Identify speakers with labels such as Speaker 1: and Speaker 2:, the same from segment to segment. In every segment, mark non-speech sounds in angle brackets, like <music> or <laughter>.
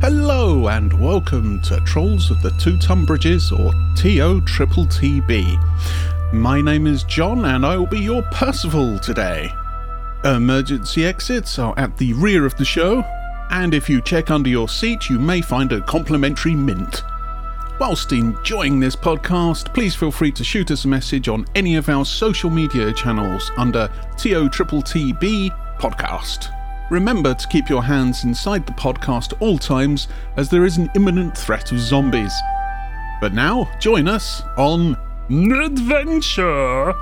Speaker 1: Hello and welcome to Trolls of the Two Ton Bridges or TO Triple TB. My name is John and I will be your Percival today. Emergency exits are at the rear of the show, and if you check under your seat, you may find a complimentary mint. Whilst enjoying this podcast, please feel free to shoot us a message on any of our social media channels under TO Triple TB Podcast. Remember to keep your hands inside the podcast all times, as there is an imminent threat of zombies. But now, join us on an adventure.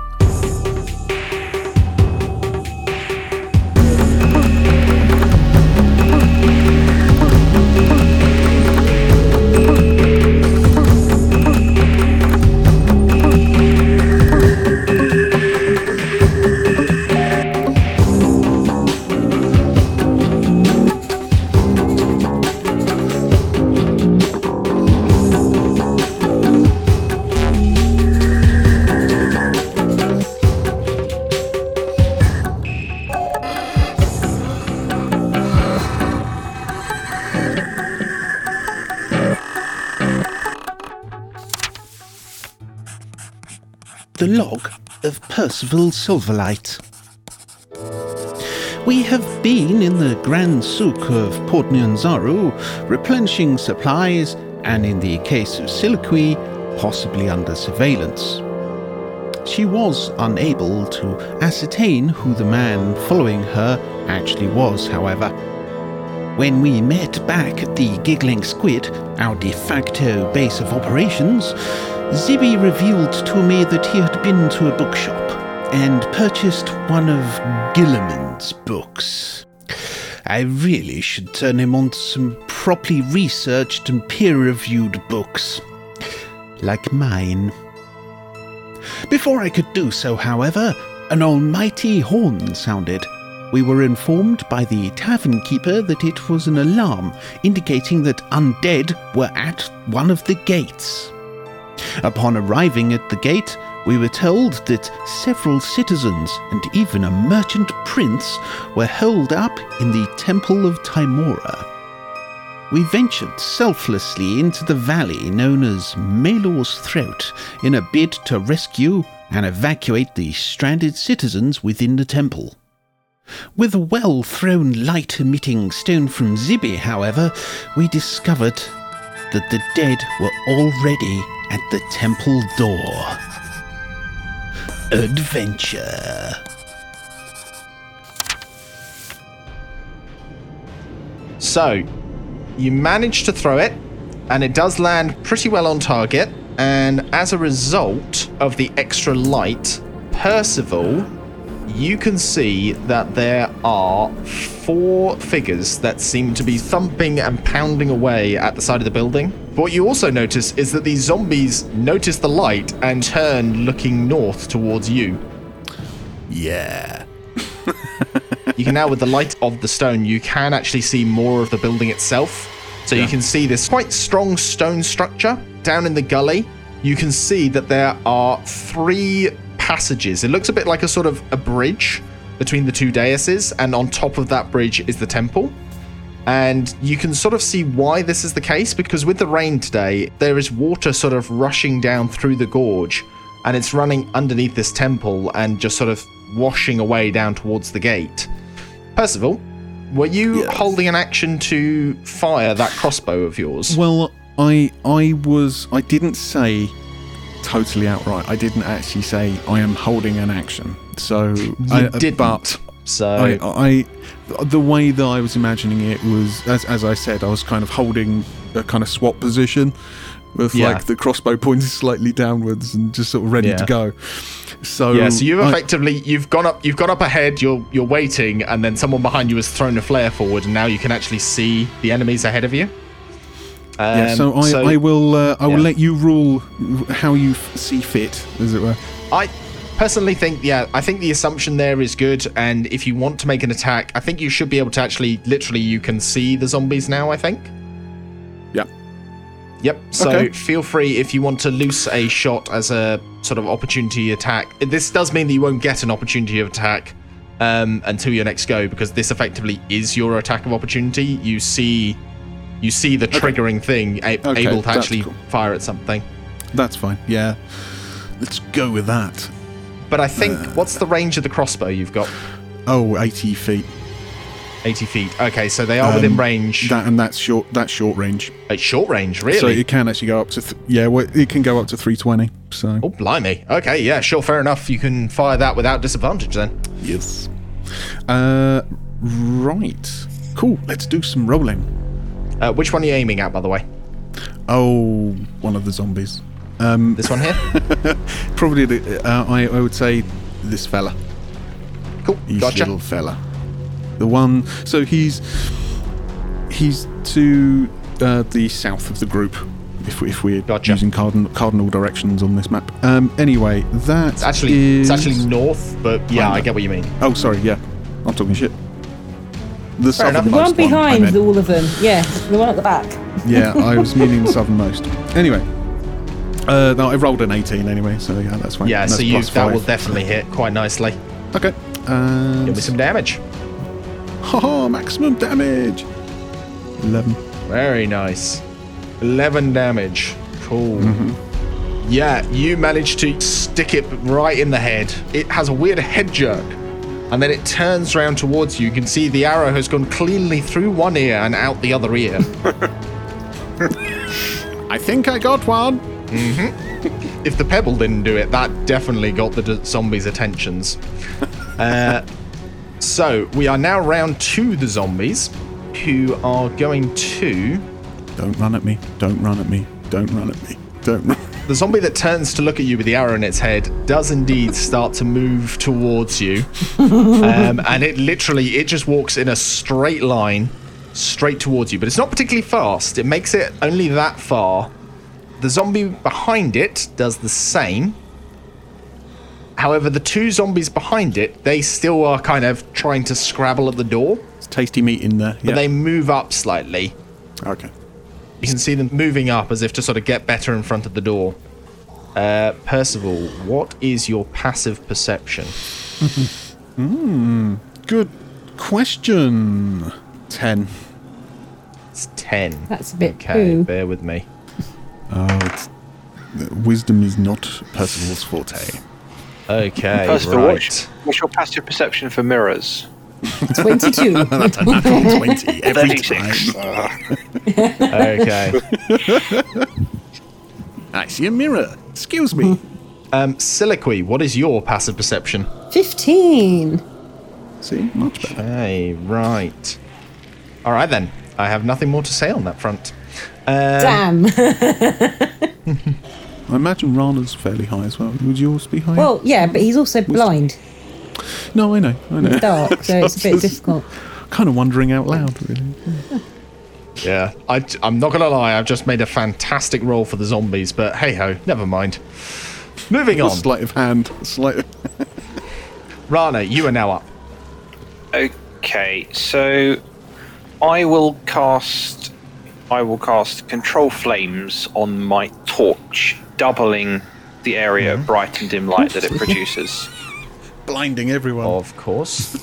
Speaker 1: The Log of Percival Silverlight. We have been in the Grand Souk of Port Nyanzaru, replenishing supplies, and in the case of Siliqui, possibly under surveillance. She was unable to ascertain who the man following her actually was, however. When we met back at the Giggling Squid, our de facto base of operations, Zibby revealed to me that he had been to a bookshop and purchased one of Gilliman's books. I really should turn him on to some properly researched and peer reviewed books. Like mine. Before I could do so, however, an almighty horn sounded. We were informed by the tavern keeper that it was an alarm, indicating that undead were at one of the gates. Upon arriving at the gate, we were told that several citizens and even a merchant prince were held up in the Temple of Timora. We ventured selflessly into the valley known as Melor's Throat in a bid to rescue and evacuate the stranded citizens within the temple. With a well thrown light emitting stone from Zibi, however, we discovered that the dead were already at the temple door. Adventure.
Speaker 2: So, you manage to throw it, and it does land pretty well on target. And as a result of the extra light, Percival, you can see that there are four figures that seem to be thumping and pounding away at the side of the building. What you also notice is that these zombies notice the light and turn looking north towards you.
Speaker 1: Yeah.
Speaker 2: You can now, with the light of the stone, you can actually see more of the building itself. So you can see this quite strong stone structure down in the gully. You can see that there are three passages. It looks a bit like a sort of a bridge between the two daises, and on top of that bridge is the temple. And you can sort of see why this is the case because with the rain today, there is water sort of rushing down through the gorge and it's running underneath this temple and just sort of washing away down towards the gate. Percival, were you holding an action to fire that crossbow of yours?
Speaker 3: Well, I I was I didn't say totally outright. I didn't actually say I am holding an action. So I
Speaker 2: didn't.
Speaker 3: but
Speaker 2: so
Speaker 3: I, I the way that I was imagining it was as as I said, I was kind of holding a kind of swap position with
Speaker 2: Yeah.
Speaker 3: like the crossbow pointed <laughs> slightly downwards and just sort of ready
Speaker 2: Yeah.
Speaker 3: to go. So
Speaker 2: yeah, so you've
Speaker 3: um, I-
Speaker 2: effectively you've gone up you've gone up ahead, you're you're waiting, and then someone behind you has thrown a flare forward, and now you can actually see the enemies ahead of you. Um,
Speaker 3: yeah, so I, I will uh, I will
Speaker 2: yeah.
Speaker 3: let you rule how you f- see fit, as it were.
Speaker 2: I personally think, yeah, I think the assumption there is good. And if you want to make an attack, I think you should be able to actually, literally, you can see the zombies now. I think.
Speaker 3: Yeah.
Speaker 2: Yep. So
Speaker 3: Okay.
Speaker 2: feel free if you want to loose a shot as a sort of opportunity attack. This does mean that you won't get an opportunity of attack um, until your next go because this effectively is your attack of opportunity. You see You see the triggering thing a-
Speaker 3: Okay,
Speaker 2: able to
Speaker 3: that's
Speaker 2: actually
Speaker 3: cool.
Speaker 2: fire at something.
Speaker 3: That's fine. Yeah. Let's go with that.
Speaker 2: But I think
Speaker 3: Uh.
Speaker 2: what's the range of the crossbow you've got?
Speaker 3: Oh, 80 feet.
Speaker 2: 80 feet. Okay, so they are within range.
Speaker 3: Um, That and that's short. That's short range.
Speaker 2: It's short range, really.
Speaker 3: So it can actually go up to. Th- yeah, well, it can go up to 320. So.
Speaker 2: oh, blimey. Okay, yeah, sure, fair enough. You can fire that without disadvantage then.
Speaker 3: Yes. Uh, right. Cool. Let's do some rolling.
Speaker 2: Uh, which one are you aiming at, by the way?
Speaker 3: Oh, one of the zombies.
Speaker 2: This one here?
Speaker 3: Probably the. Uh, I, I would say this fella.
Speaker 2: Cool.
Speaker 3: Each
Speaker 2: Gotcha.
Speaker 3: little fella. The one. So he's he's to uh, the south of the group. If, we, if we're
Speaker 2: Gotcha.
Speaker 3: using cardinal, cardinal directions on this map. Um, anyway, that
Speaker 2: It's actually
Speaker 3: is-
Speaker 2: it's actually north, but yeah, I
Speaker 3: Kinda.
Speaker 2: get what you mean.
Speaker 3: Oh, sorry. Yeah, I'm talking shit. The
Speaker 2: enough.
Speaker 3: southernmost
Speaker 2: The
Speaker 3: one.
Speaker 4: The one
Speaker 3: I meant.
Speaker 4: behind all of them. Yeah, the one at the back.
Speaker 3: Yeah, I was meaning southernmost. Anyway, uh, no, I rolled an 18 anyway, so yeah, that's fine.
Speaker 2: Yeah,
Speaker 3: That's
Speaker 2: so you
Speaker 3: plus
Speaker 2: that
Speaker 3: five.
Speaker 2: will definitely hit quite nicely.
Speaker 3: Okay.
Speaker 2: Give
Speaker 3: And
Speaker 2: me some damage.
Speaker 3: haha, maximum damage. 11.
Speaker 2: Very nice. 11 damage. Cool. Yeah, you managed to stick it right in the head. It has a weird head jerk. And then it turns round towards you. You can see the arrow has gone cleanly through one ear and out the other ear.
Speaker 3: I think I got one.
Speaker 2: if the pebble didn't do it, that definitely got the d- zombies' attentions. Uh, so we are now round to the zombies, who are going to
Speaker 3: Don't run at me. Don't run at me. Don't run at me. Don't run.
Speaker 2: The zombie that turns to look at you with the arrow in its head does indeed start to move towards you, um, and it literally it just walks in a straight line straight towards you. But it's not particularly fast. It makes it only that far. The zombie behind it does the same. However, the two zombies behind it they still are kind of trying to scrabble at the door,
Speaker 3: It's tasty meat in there.
Speaker 2: but
Speaker 3: Yeah.
Speaker 2: they move up slightly.
Speaker 3: okay.
Speaker 2: You can see them moving up as if to sort of get better in front of the door. Uh, Percival, what is your passive perception?
Speaker 3: Good question. 10.
Speaker 2: It's 10.
Speaker 4: That's a bit
Speaker 2: Okay,
Speaker 4: poo.
Speaker 2: bear with me.
Speaker 3: Oh, it's, wisdom is not Percival's forte.
Speaker 2: Okay,
Speaker 5: First of all, what's,
Speaker 2: right.
Speaker 5: what's your passive perception for mirrors?
Speaker 4: 22.
Speaker 3: <laughs> 20 every time.
Speaker 5: 36.
Speaker 2: Okay. <laughs>
Speaker 3: I see a mirror. Excuse <laughs> me.
Speaker 2: Um, Siliqui, what is your passive perception?
Speaker 4: 15.
Speaker 3: see, much better.
Speaker 2: Okay, right. All right then. I have nothing more to say on that front.
Speaker 4: Damn.
Speaker 3: I imagine Rana's fairly high as well. Would yours be higher?
Speaker 4: well, yeah, but he's also blind.
Speaker 3: no, I know, I know.
Speaker 4: Dark, so it's a bit difficult.
Speaker 3: Kind of wondering out loud, really.
Speaker 2: Yeah, I, am not going to lie. I've just made a fantastic roll for the zombies, but hey ho, never mind. Moving on.
Speaker 3: Sleight of hand, sleight. Of- <laughs>
Speaker 2: Rana, you are now up.
Speaker 5: Okay, so I will cast I will cast control flames on my torch, doubling the area of bright and dim light that it produces.
Speaker 3: Blinding everyone.
Speaker 2: Of course.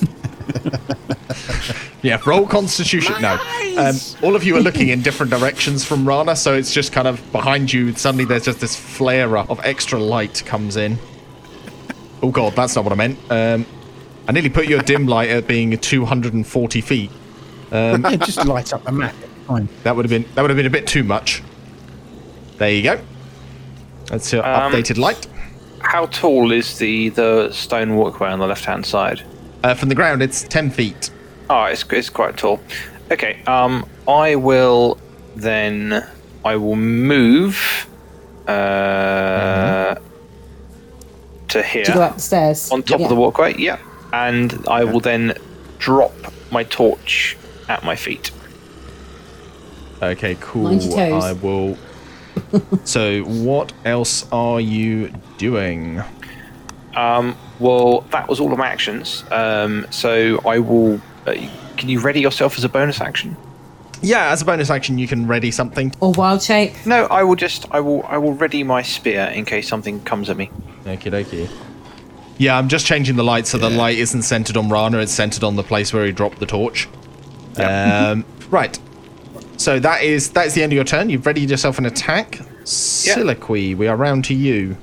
Speaker 2: yeah, roll constitution. no. Um, all of you are looking in different directions from Rana, so it's just kind of behind you. Suddenly there's just this flare up of extra light comes in. Oh, God, that's not what I meant. Um, I nearly put your dim light at being 240 feet. Um,
Speaker 6: Yeah, just light up the map. It's Fine.
Speaker 2: That would have been that would have been a bit too much. There you go. That's your
Speaker 5: Um,
Speaker 2: updated light.
Speaker 5: How tall is the the stone walkway on the left hand side?
Speaker 2: Uh, from the ground, it's 10 feet.
Speaker 5: Ah, it's, it's quite tall. Okay, um, I will then. I will move uh, to here
Speaker 4: Mm-hmm. To go up the stairs.
Speaker 5: on top
Speaker 4: Yeah.
Speaker 5: of the walkway. Yeah, and I will then drop my torch at my feet.
Speaker 2: Okay, cool.
Speaker 4: Mind your toes.
Speaker 2: I will. so, what else are you doing?
Speaker 5: Um, well, that was all of my actions. Um, so I will. Uh, can you ready yourself as a bonus action?
Speaker 2: Yeah, as a bonus action, you can ready something.
Speaker 4: Or wild shape.
Speaker 5: No, I will just. I will. I will ready my spear in case something comes at me.
Speaker 2: Okie dokie. Yeah, I'm just changing the light so the light isn't centered on Rana, it's centered on the place where he dropped the torch. Um, right. So that is that is the end of your turn. You've readied yourself an attack. Siliqui, we are round to you.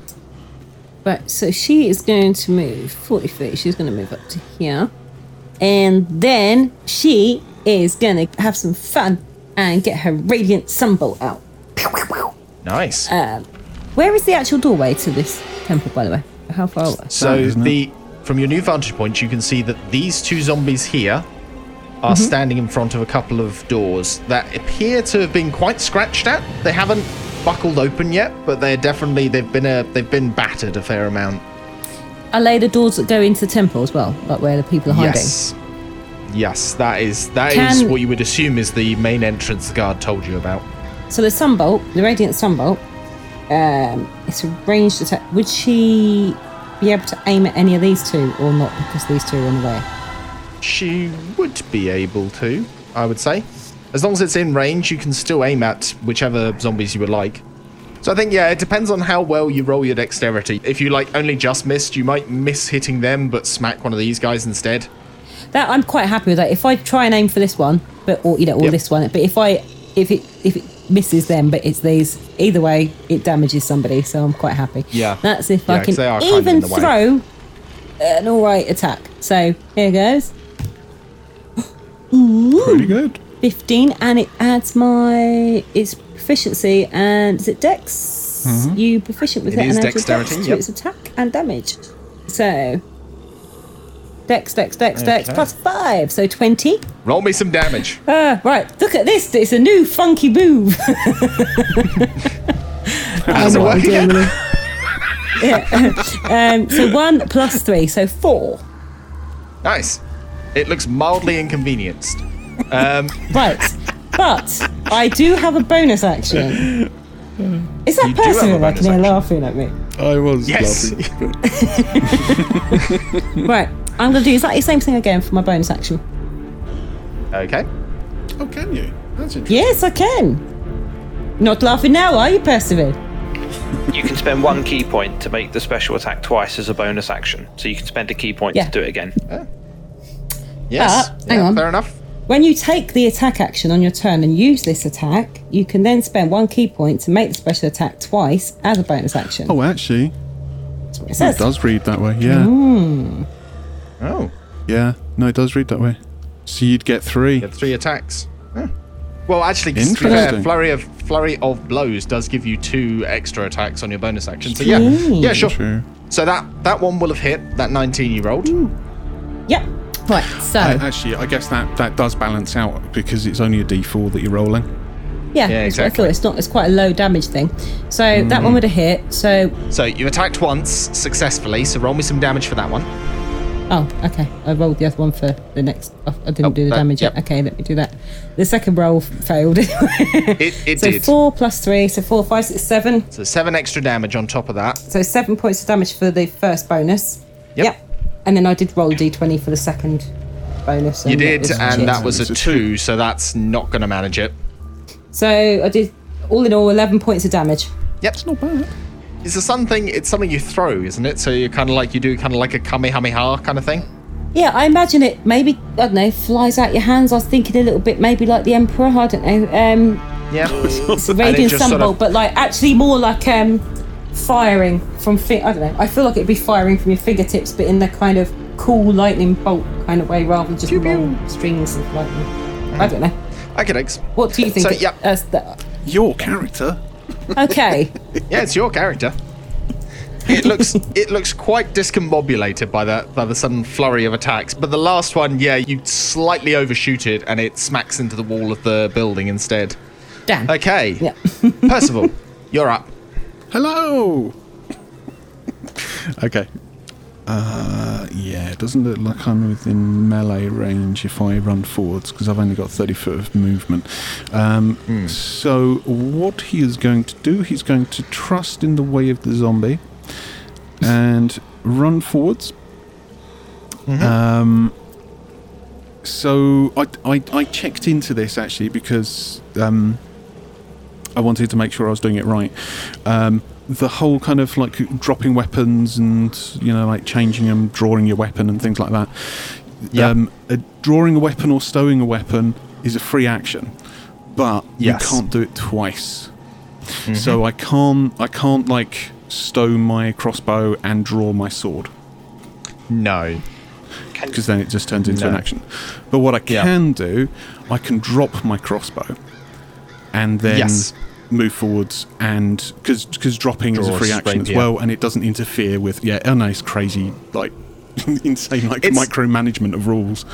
Speaker 4: Right, so she is going to move 40 feet. She's going to move up to here. And then she is going to have some fun and get her Radiant Sunbolt out.
Speaker 2: Nice.
Speaker 4: Where is the actual doorway to this temple, by the way? How far away?
Speaker 2: So
Speaker 3: isn't it?
Speaker 2: the from your new vantage point, you can see that these two zombies here are standing in front of a couple of doors that appear to have been quite scratched at. They haven't buckled open yet, but they're definitely they've been a they've been battered a fair amount.
Speaker 4: Are they the doors that go into the temple as well? Like where the people are hiding?
Speaker 2: Yes. Yes, that is that is
Speaker 4: Can-
Speaker 2: what you would assume is the main entrance the guard told you about.
Speaker 4: So the Sunbolt, the Radiant Sunbolt, um, it's a ranged attack. Would she be able to aim at any of these two or not because these two are in the way?
Speaker 2: She would be able to, I would say. As long as it's in range, you can still aim at whichever zombies you would like. So I think yeah, it depends on how well you roll your dexterity. If you like only just missed, you might miss hitting them but smack one of these guys instead.
Speaker 4: That I'm quite happy with that. If I try and aim for this one, but or you know, or
Speaker 2: Yep.
Speaker 4: this one, but if I if it if it misses them, but it's these, either way, it damages somebody. So I'm quite happy.
Speaker 2: Yeah.
Speaker 4: that's if
Speaker 2: Yeah,
Speaker 4: I
Speaker 2: 'cause
Speaker 4: can
Speaker 2: they are kind of in
Speaker 4: even
Speaker 2: the way.
Speaker 4: throw an all right attack. So here goes. Ooh,
Speaker 3: Pretty good.
Speaker 4: 15 and it adds my it's proficiency and is it dex you proficient with
Speaker 2: Mm-hmm. It
Speaker 4: it,
Speaker 2: is
Speaker 4: and adds your
Speaker 2: dexterity,
Speaker 4: dex to
Speaker 2: yep.
Speaker 4: its attack and damage so dex dex dex dex
Speaker 2: Okay.
Speaker 4: plus 5 so 20
Speaker 2: Roll me some
Speaker 4: <laughs>
Speaker 2: damage.
Speaker 4: uh, right look at this it's a new funky move <laughs>
Speaker 2: How does it work again?
Speaker 4: um, so 1 plus 3 so 4
Speaker 2: <laughs> Nice. It looks mildly inconvenienced. Um,
Speaker 4: right but I do have a bonus action is
Speaker 2: do
Speaker 4: that
Speaker 2: have a
Speaker 4: person
Speaker 2: bonus
Speaker 4: like they're
Speaker 2: action.
Speaker 4: laughing at me
Speaker 3: I was
Speaker 2: Yes.
Speaker 3: laughing. but-
Speaker 4: right I'm going to do exactly the same thing again for my bonus action
Speaker 2: <laughs> okay.
Speaker 3: Oh, can you? That's interesting.
Speaker 4: Yes, I can. Not laughing now, are you, Percival?
Speaker 5: You can spend one key point to make the special attack twice as a bonus action. So you can spend a key point
Speaker 4: Yeah.
Speaker 5: to do it again.
Speaker 2: Yes.
Speaker 4: Uh, hang
Speaker 2: Yeah,
Speaker 4: on.
Speaker 2: Fair enough.
Speaker 4: When you take the attack action on your turn and use this attack, you can then spend one key point to make the special attack twice as a bonus action.
Speaker 3: Oh, actually,
Speaker 4: That's what it
Speaker 3: it
Speaker 4: says.
Speaker 3: does read that way. Yeah.
Speaker 2: Oh.
Speaker 3: Yeah. No, it does read that way. So you'd get three.
Speaker 2: Get three attacks.
Speaker 4: Hmm.
Speaker 2: Huh. Well, actually, to be fair,
Speaker 3: Interesting.
Speaker 2: flurry of flurry of blows does give you two extra attacks on your bonus action. So yeah, yeah, sure.
Speaker 3: True.
Speaker 2: So that that one will have hit that 19 year old.
Speaker 4: Yep. Right, so.
Speaker 3: Uh, actually, I guess that, that does balance out because it's only a D4 that you're rolling.
Speaker 2: yeah,
Speaker 4: yeah, that's what I
Speaker 2: exactly. Hmm.
Speaker 4: thought. It's, not, it's quite a low damage thing. So that one would have hit. So.
Speaker 2: So you attacked once successfully. So roll me some damage for that one.
Speaker 4: Oh, okay. I rolled the other one for the next. I I didn't
Speaker 2: Oh,
Speaker 4: do the
Speaker 2: that-
Speaker 4: damage yet.
Speaker 2: yep.
Speaker 4: Okay, let me do that. The second roll f- failed. <laughs> it
Speaker 2: It, it
Speaker 4: so
Speaker 2: did.
Speaker 4: four plus three, so four, five, six, seven.
Speaker 2: So seven extra damage on top of that.
Speaker 4: So seven points of damage for the first bonus.
Speaker 2: Yep.
Speaker 4: And then I did roll d20 for the second bonus.
Speaker 2: You
Speaker 4: and
Speaker 2: did,
Speaker 4: was
Speaker 2: and
Speaker 4: shit.
Speaker 2: that was a
Speaker 3: It's a
Speaker 2: two. So that's not going to manage it.
Speaker 4: So I did all in all 11 points of damage.
Speaker 2: Yep. It's not bad. It's a sun thing. It's something you throw, isn't it? So you're kind of like you do kind of like a kamehameha kind of thing.
Speaker 4: Yeah, I imagine it maybe, I don't know, flies out your hands. I was thinking a little bit maybe like the Emperor, I don't know. Um,
Speaker 2: Yeah.
Speaker 4: it's Radiant
Speaker 2: just
Speaker 4: Sunbolt,
Speaker 2: sort of-
Speaker 4: but like actually more like um, firing from, fi- I don't know, I feel like it'd be firing from your fingertips, but in the kind of cool lightning bolt kind of way rather than just long strings of lightning. I don't know.
Speaker 2: Academics.
Speaker 4: What do you think?
Speaker 2: Mm-hmm. So,
Speaker 4: it-
Speaker 2: yeah.
Speaker 4: as the-
Speaker 3: Your character?
Speaker 4: okay.
Speaker 2: Yeah, it's your character. It looks it looks quite discombobulated by the by the sudden flurry of attacks. But the last one, yeah, you slightly overshoot it and it smacks into the wall of the building instead.
Speaker 4: Damn.
Speaker 2: Okay.
Speaker 4: Yeah. <laughs>
Speaker 2: Percival, you're up.
Speaker 3: Hello! <laughs> okay. Uh, yeah, it doesn't look like I'm within melee range if I run forwards because I've only got 30 foot of movement. Um, So, what he is going to do, he's going to trust in the way of the zombie and run forwards. Um, so, I, I, I checked into this actually because um, I wanted to make sure I was doing it right. Um, the whole kind of like dropping weapons and you know like changing them, drawing your weapon and things like that.
Speaker 2: Yeah.
Speaker 3: Um, uh, drawing a weapon or stowing a weapon is a free action, but
Speaker 2: Yes. Mm-hmm.
Speaker 3: you can't do it twice. So I can't I can't like stow my crossbow and draw my sword
Speaker 2: No.
Speaker 7: Can,
Speaker 3: because then it just turns into an
Speaker 2: No.
Speaker 3: action. But what I
Speaker 2: Yeah.
Speaker 3: can do, I can drop my crossbow and then
Speaker 2: Yes.
Speaker 3: move forwards and because because dropping is
Speaker 2: Draw
Speaker 3: a
Speaker 2: a
Speaker 3: free action as
Speaker 2: rapier.
Speaker 3: well and it doesn't interfere with yeah a nice crazy like <laughs> insane like
Speaker 2: It's-
Speaker 3: micromanagement of rules.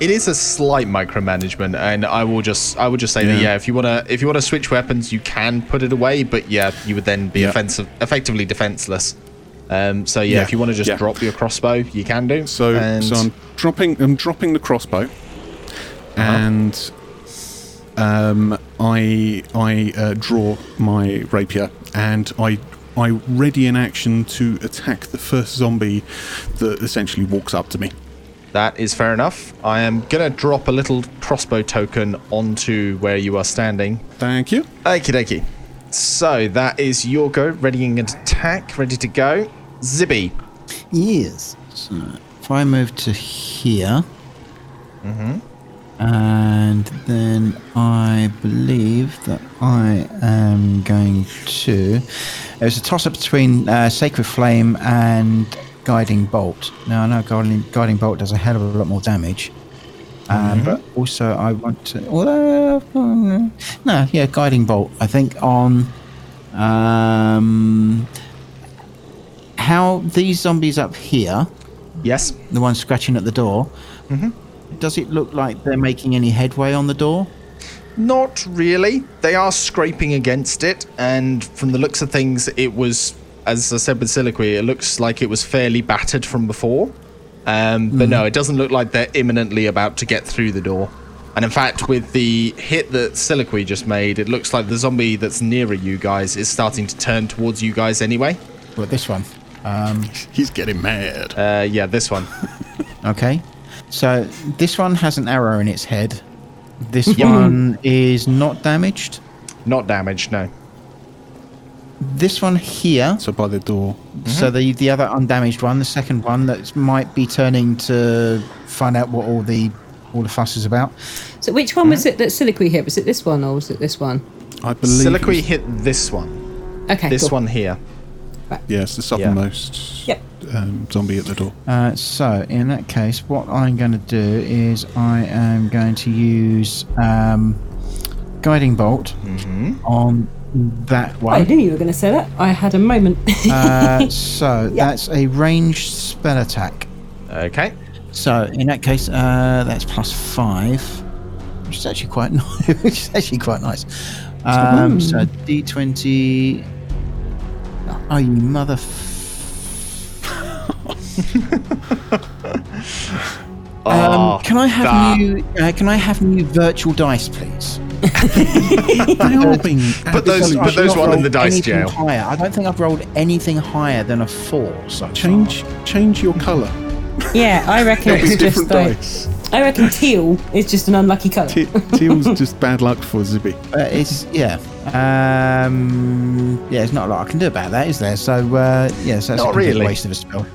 Speaker 2: It is a slight micromanagement, and I will just I would just say that
Speaker 3: Yeah.
Speaker 2: yeah, if you wanna if you wanna switch weapons, you can put it away, but yeah, you would then be
Speaker 3: Yeah.
Speaker 2: offensive, effectively defenseless. Um, so yeah,
Speaker 3: Yeah.
Speaker 2: if you want to just
Speaker 3: Yeah.
Speaker 2: drop your crossbow, you can do.
Speaker 3: So
Speaker 2: and
Speaker 3: so I'm dropping I'm dropping the crossbow, Uh-huh. and um, I I uh, draw my rapier and I I ready an action to attack the first zombie that essentially walks up to me.
Speaker 2: that is fair enough. I am gonna drop a little crossbow token onto where you are standing.
Speaker 3: Thank you.
Speaker 2: Okie dokie. So that is your go, readying an attack, ready to go. Zibby.
Speaker 8: Yes. So if I move to here, and then I believe that I am going to. It was a toss up between uh, Sacred Flame and Guiding Bolt. Now I know Guiding, Guiding Bolt does a hell of a lot more damage. Um, But also, I want to. Well, uh, no, yeah, guiding bolt. I think on um, how these zombies up here,
Speaker 2: Yes.
Speaker 8: the ones scratching at the door, Mm-hmm. does it look like they're making any headway on the door?
Speaker 2: Not really. They are scraping against it, and from the looks of things, it was, as I said with Soliloquy, it looks like it was fairly battered from before. Um,
Speaker 8: Hmm.
Speaker 2: But no, it doesn't look like they're imminently about to get through the door. And in fact, with the hit that Soliloquy just made, it looks like the zombie that's nearer you guys is starting to turn towards you guys anyway.
Speaker 8: Well, this one.
Speaker 3: He's getting mad.
Speaker 2: Uh, yeah, this one.
Speaker 8: Okay. So this one has an arrow in its head. This <laughs>
Speaker 2: Yep.
Speaker 8: one is not damaged.
Speaker 2: Not damaged, no.
Speaker 8: This one here,
Speaker 3: so by the door.
Speaker 8: so the the other undamaged one, the second one that might be turning to find out what all the all the fuss is about.
Speaker 9: So which one was it that Siliqui hit? Was it this one or was it this one?
Speaker 3: I believe.
Speaker 2: Soliloquy
Speaker 3: it was-
Speaker 2: hit this one.
Speaker 9: Okay.
Speaker 2: This
Speaker 9: cool.
Speaker 2: one here.
Speaker 3: Yes, the southernmost
Speaker 9: Yep.
Speaker 3: um, zombie at the door.
Speaker 8: Uh, so in that case, what I'm going to do is I am going to use um, guiding bolt on that
Speaker 4: Oh,
Speaker 9: I
Speaker 8: one.
Speaker 9: knew you were going to say that. I had a moment.
Speaker 2: Ah.
Speaker 8: Uh, so that's a ranged spell attack.
Speaker 2: Okay.
Speaker 8: So in that case, uh, that's plus five, which is actually quite <laughs> nice. which is actually quite nice. Um, so D20. Oh, you mother.
Speaker 2: Ah,
Speaker 8: um, can I have
Speaker 2: that-
Speaker 8: new? Uh, can I have new virtual dice, please?
Speaker 3: They are being
Speaker 2: But those,
Speaker 8: Because
Speaker 2: but
Speaker 8: I've
Speaker 2: those
Speaker 8: not
Speaker 2: one in
Speaker 8: rolled
Speaker 2: the dice
Speaker 8: anything
Speaker 2: jail.
Speaker 8: Higher. I don't think I've rolled anything higher than a four. So far.
Speaker 3: change change your colour.
Speaker 9: <laughs> yeah, I reckon it's just
Speaker 3: Different
Speaker 9: like,
Speaker 3: dice.
Speaker 9: I reckon teal is just an unlucky colour.
Speaker 3: Te- Teal's just bad luck for Zibby.
Speaker 8: Uh, it's yeah. Um, yeah, there's not a lot I can do about that, is there? So uh, yeah, so that's
Speaker 2: Not
Speaker 8: a complete
Speaker 2: really.
Speaker 8: waste of a spell.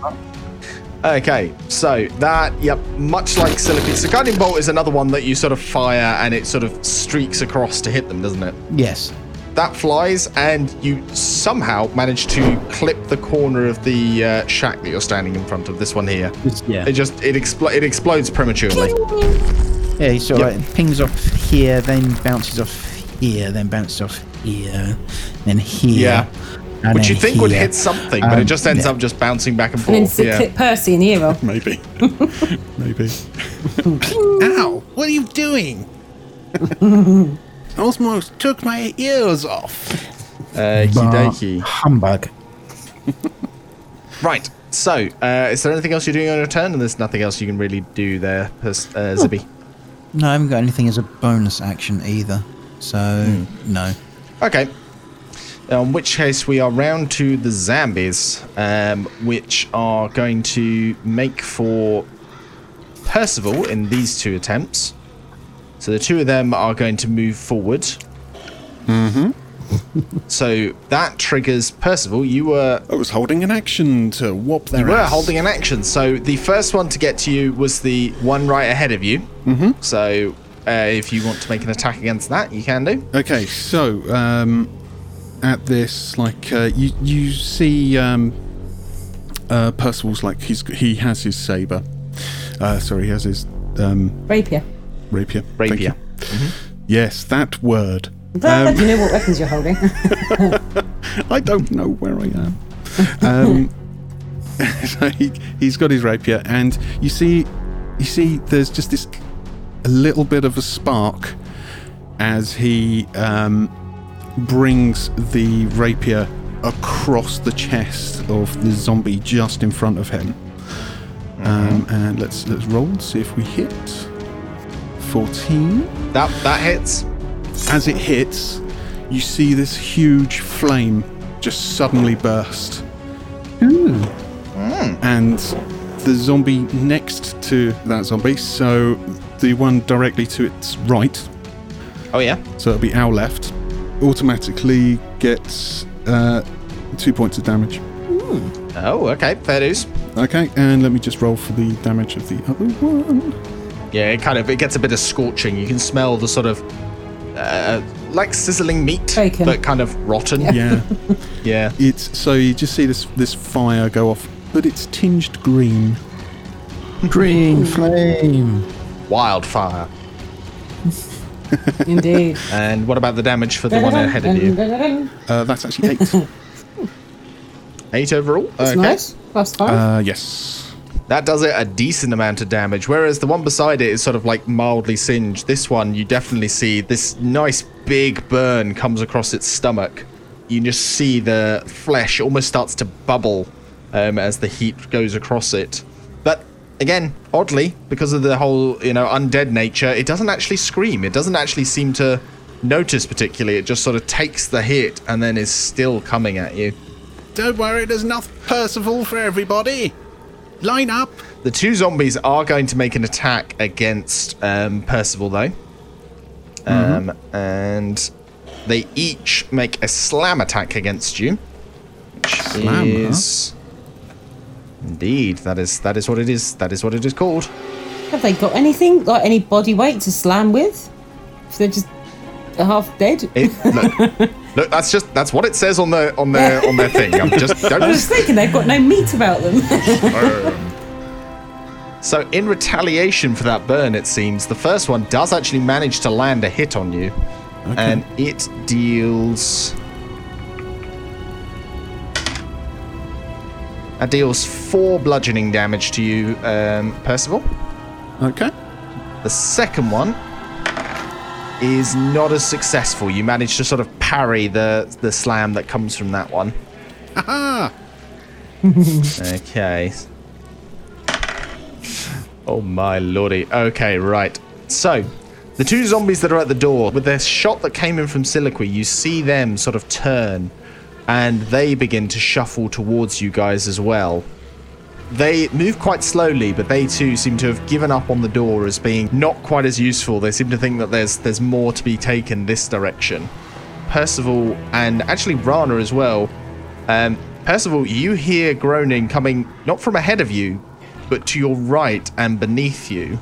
Speaker 2: Okay, so that, yep, much like Silicon. So Guiding Bolt is another one that you sort of fire and it sort of streaks across to hit them, doesn't it?
Speaker 8: Yes.
Speaker 2: That flies and you somehow manage to clip the corner of the uh, shack that you're standing in front of, this one here.
Speaker 8: It's- yeah.
Speaker 2: It just, it, expl- it explodes prematurely.
Speaker 8: Yeah, so
Speaker 2: Yep.
Speaker 8: it pings off here, then bounces off here, then bounces off here, then
Speaker 2: Yeah.
Speaker 8: here. and
Speaker 2: Which you
Speaker 8: then
Speaker 2: think would
Speaker 8: here.
Speaker 2: hit something, but it
Speaker 8: Um,
Speaker 2: just ends
Speaker 8: yeah.
Speaker 2: up just bouncing back and
Speaker 9: And then
Speaker 2: forth.
Speaker 9: sit
Speaker 2: Yeah.
Speaker 9: clip Percy in the ear roll.
Speaker 3: Maybe. Maybe.
Speaker 1: Ow! What are you doing? Almost took my ears off.
Speaker 2: Okie
Speaker 8: Bah,
Speaker 2: dokie.
Speaker 8: Humbug.
Speaker 2: Right. So, uh, is there anything else you're doing on your turn? And there's nothing else you can really do there, pers- uh, Zibby.
Speaker 8: No, I haven't got anything as a bonus action either. So
Speaker 2: Hmm.
Speaker 8: no.
Speaker 2: Okay. In which case, we are round to the zombies, um, which are going to make for Percival in these two attempts. So the two of them are going to move forward. Mm-hmm. <laughs> so that triggers Percival. You were
Speaker 3: I was holding an action to whop their
Speaker 2: you were
Speaker 3: ass.
Speaker 2: holding an action. So the first one to get to you was the one right ahead of you. Mm-hmm. So Uh, if you want to make an attack against that, you can do.
Speaker 3: Okay, so um, at this, like uh, you you see um, uh, Percival's like he's he has his saber. Uh, sorry, he has his um,
Speaker 4: Rapier.
Speaker 3: rapier. Thank
Speaker 2: Rapier.
Speaker 3: you. Yes, that word.
Speaker 2: Um,
Speaker 4: Glad you know what weapons you're
Speaker 2: <laughs>
Speaker 4: holding.
Speaker 3: I don't know where I am. Um, <laughs> so he, he's got his rapier, and you see, you see, there's just this a little bit of a spark as he um, brings the rapier across the chest of the zombie just in front of him. Um, and let's let's roll to see if we hit. Fourteen.
Speaker 2: That that hits.
Speaker 3: As it hits, you see this huge flame just suddenly burst. And the zombie next to that zombie, so the one directly to its right,
Speaker 2: Oh yeah.
Speaker 3: so it'll be our left, automatically gets uh, two points of damage.
Speaker 2: Oh okay. Fair dues.
Speaker 3: Okay, and let me just roll for the damage of the other one.
Speaker 2: Yeah, it kind of it gets a bit of scorching. You can smell the sort of uh, like sizzling meat,
Speaker 4: Bacon.
Speaker 2: but kind of rotten.
Speaker 3: Yeah,
Speaker 2: yeah.
Speaker 3: it's so you just see this this fire go off, but it's tinged green.
Speaker 10: Green flame.
Speaker 2: Wildfire.
Speaker 4: Indeed.
Speaker 2: And what about the damage for the one ahead of you?
Speaker 3: Uh, that's actually eight.
Speaker 2: Eight overall.
Speaker 4: That's nice. Plus five.
Speaker 3: uh, yes.
Speaker 2: That does it a decent amount of damage. Whereas the one beside it is sort of like mildly singed. This one, you definitely see this nice big burn comes across its stomach. You just see the flesh almost starts to bubble um, as the heat goes across it. But again, oddly, because of the whole you know undead nature, it doesn't actually scream. It doesn't actually seem to notice particularly. It just sort of takes the hit and then is still coming at you.
Speaker 1: Don't worry, there's enough Percival for everybody. Line up.
Speaker 2: The two zombies are going to make an attack against um, Percival, though. Um,
Speaker 3: Mm-hmm.
Speaker 2: And they each make a slam attack against you. Which
Speaker 3: Slam, huh?
Speaker 2: is. Indeed, that is that is what it is. That is what it is called.
Speaker 4: Have they got anything, like any body weight to slam with? If they're just half dead?
Speaker 2: It,
Speaker 3: <laughs>
Speaker 2: look, look, that's just that's what it says on the on their on their thing. I'm just
Speaker 3: <laughs>
Speaker 2: don't
Speaker 4: I was thinking they've got no meat
Speaker 2: <laughs>
Speaker 4: about them.
Speaker 2: So, in retaliation for that burn, it seems, the first one does actually manage to land a hit on you. And it deals. That deals four bludgeoning damage to you, um, Percival.
Speaker 3: Okay.
Speaker 2: The second one is not as successful. You manage to sort of parry the, the slam that comes from that one. Aha! okay. Oh my lordy. Okay, right. So, the two zombies that are at the door, with their shot that came in from Siliqui, you see them sort of turn and they begin to shuffle towards you guys as well. They move quite slowly, but they too seem to have given up on the door as being not quite as useful. They seem to think that there's there's more to be taken this direction. Percival and actually Rana as well. Um, Percival, you hear groaning coming not from ahead of you, but to your right and beneath you.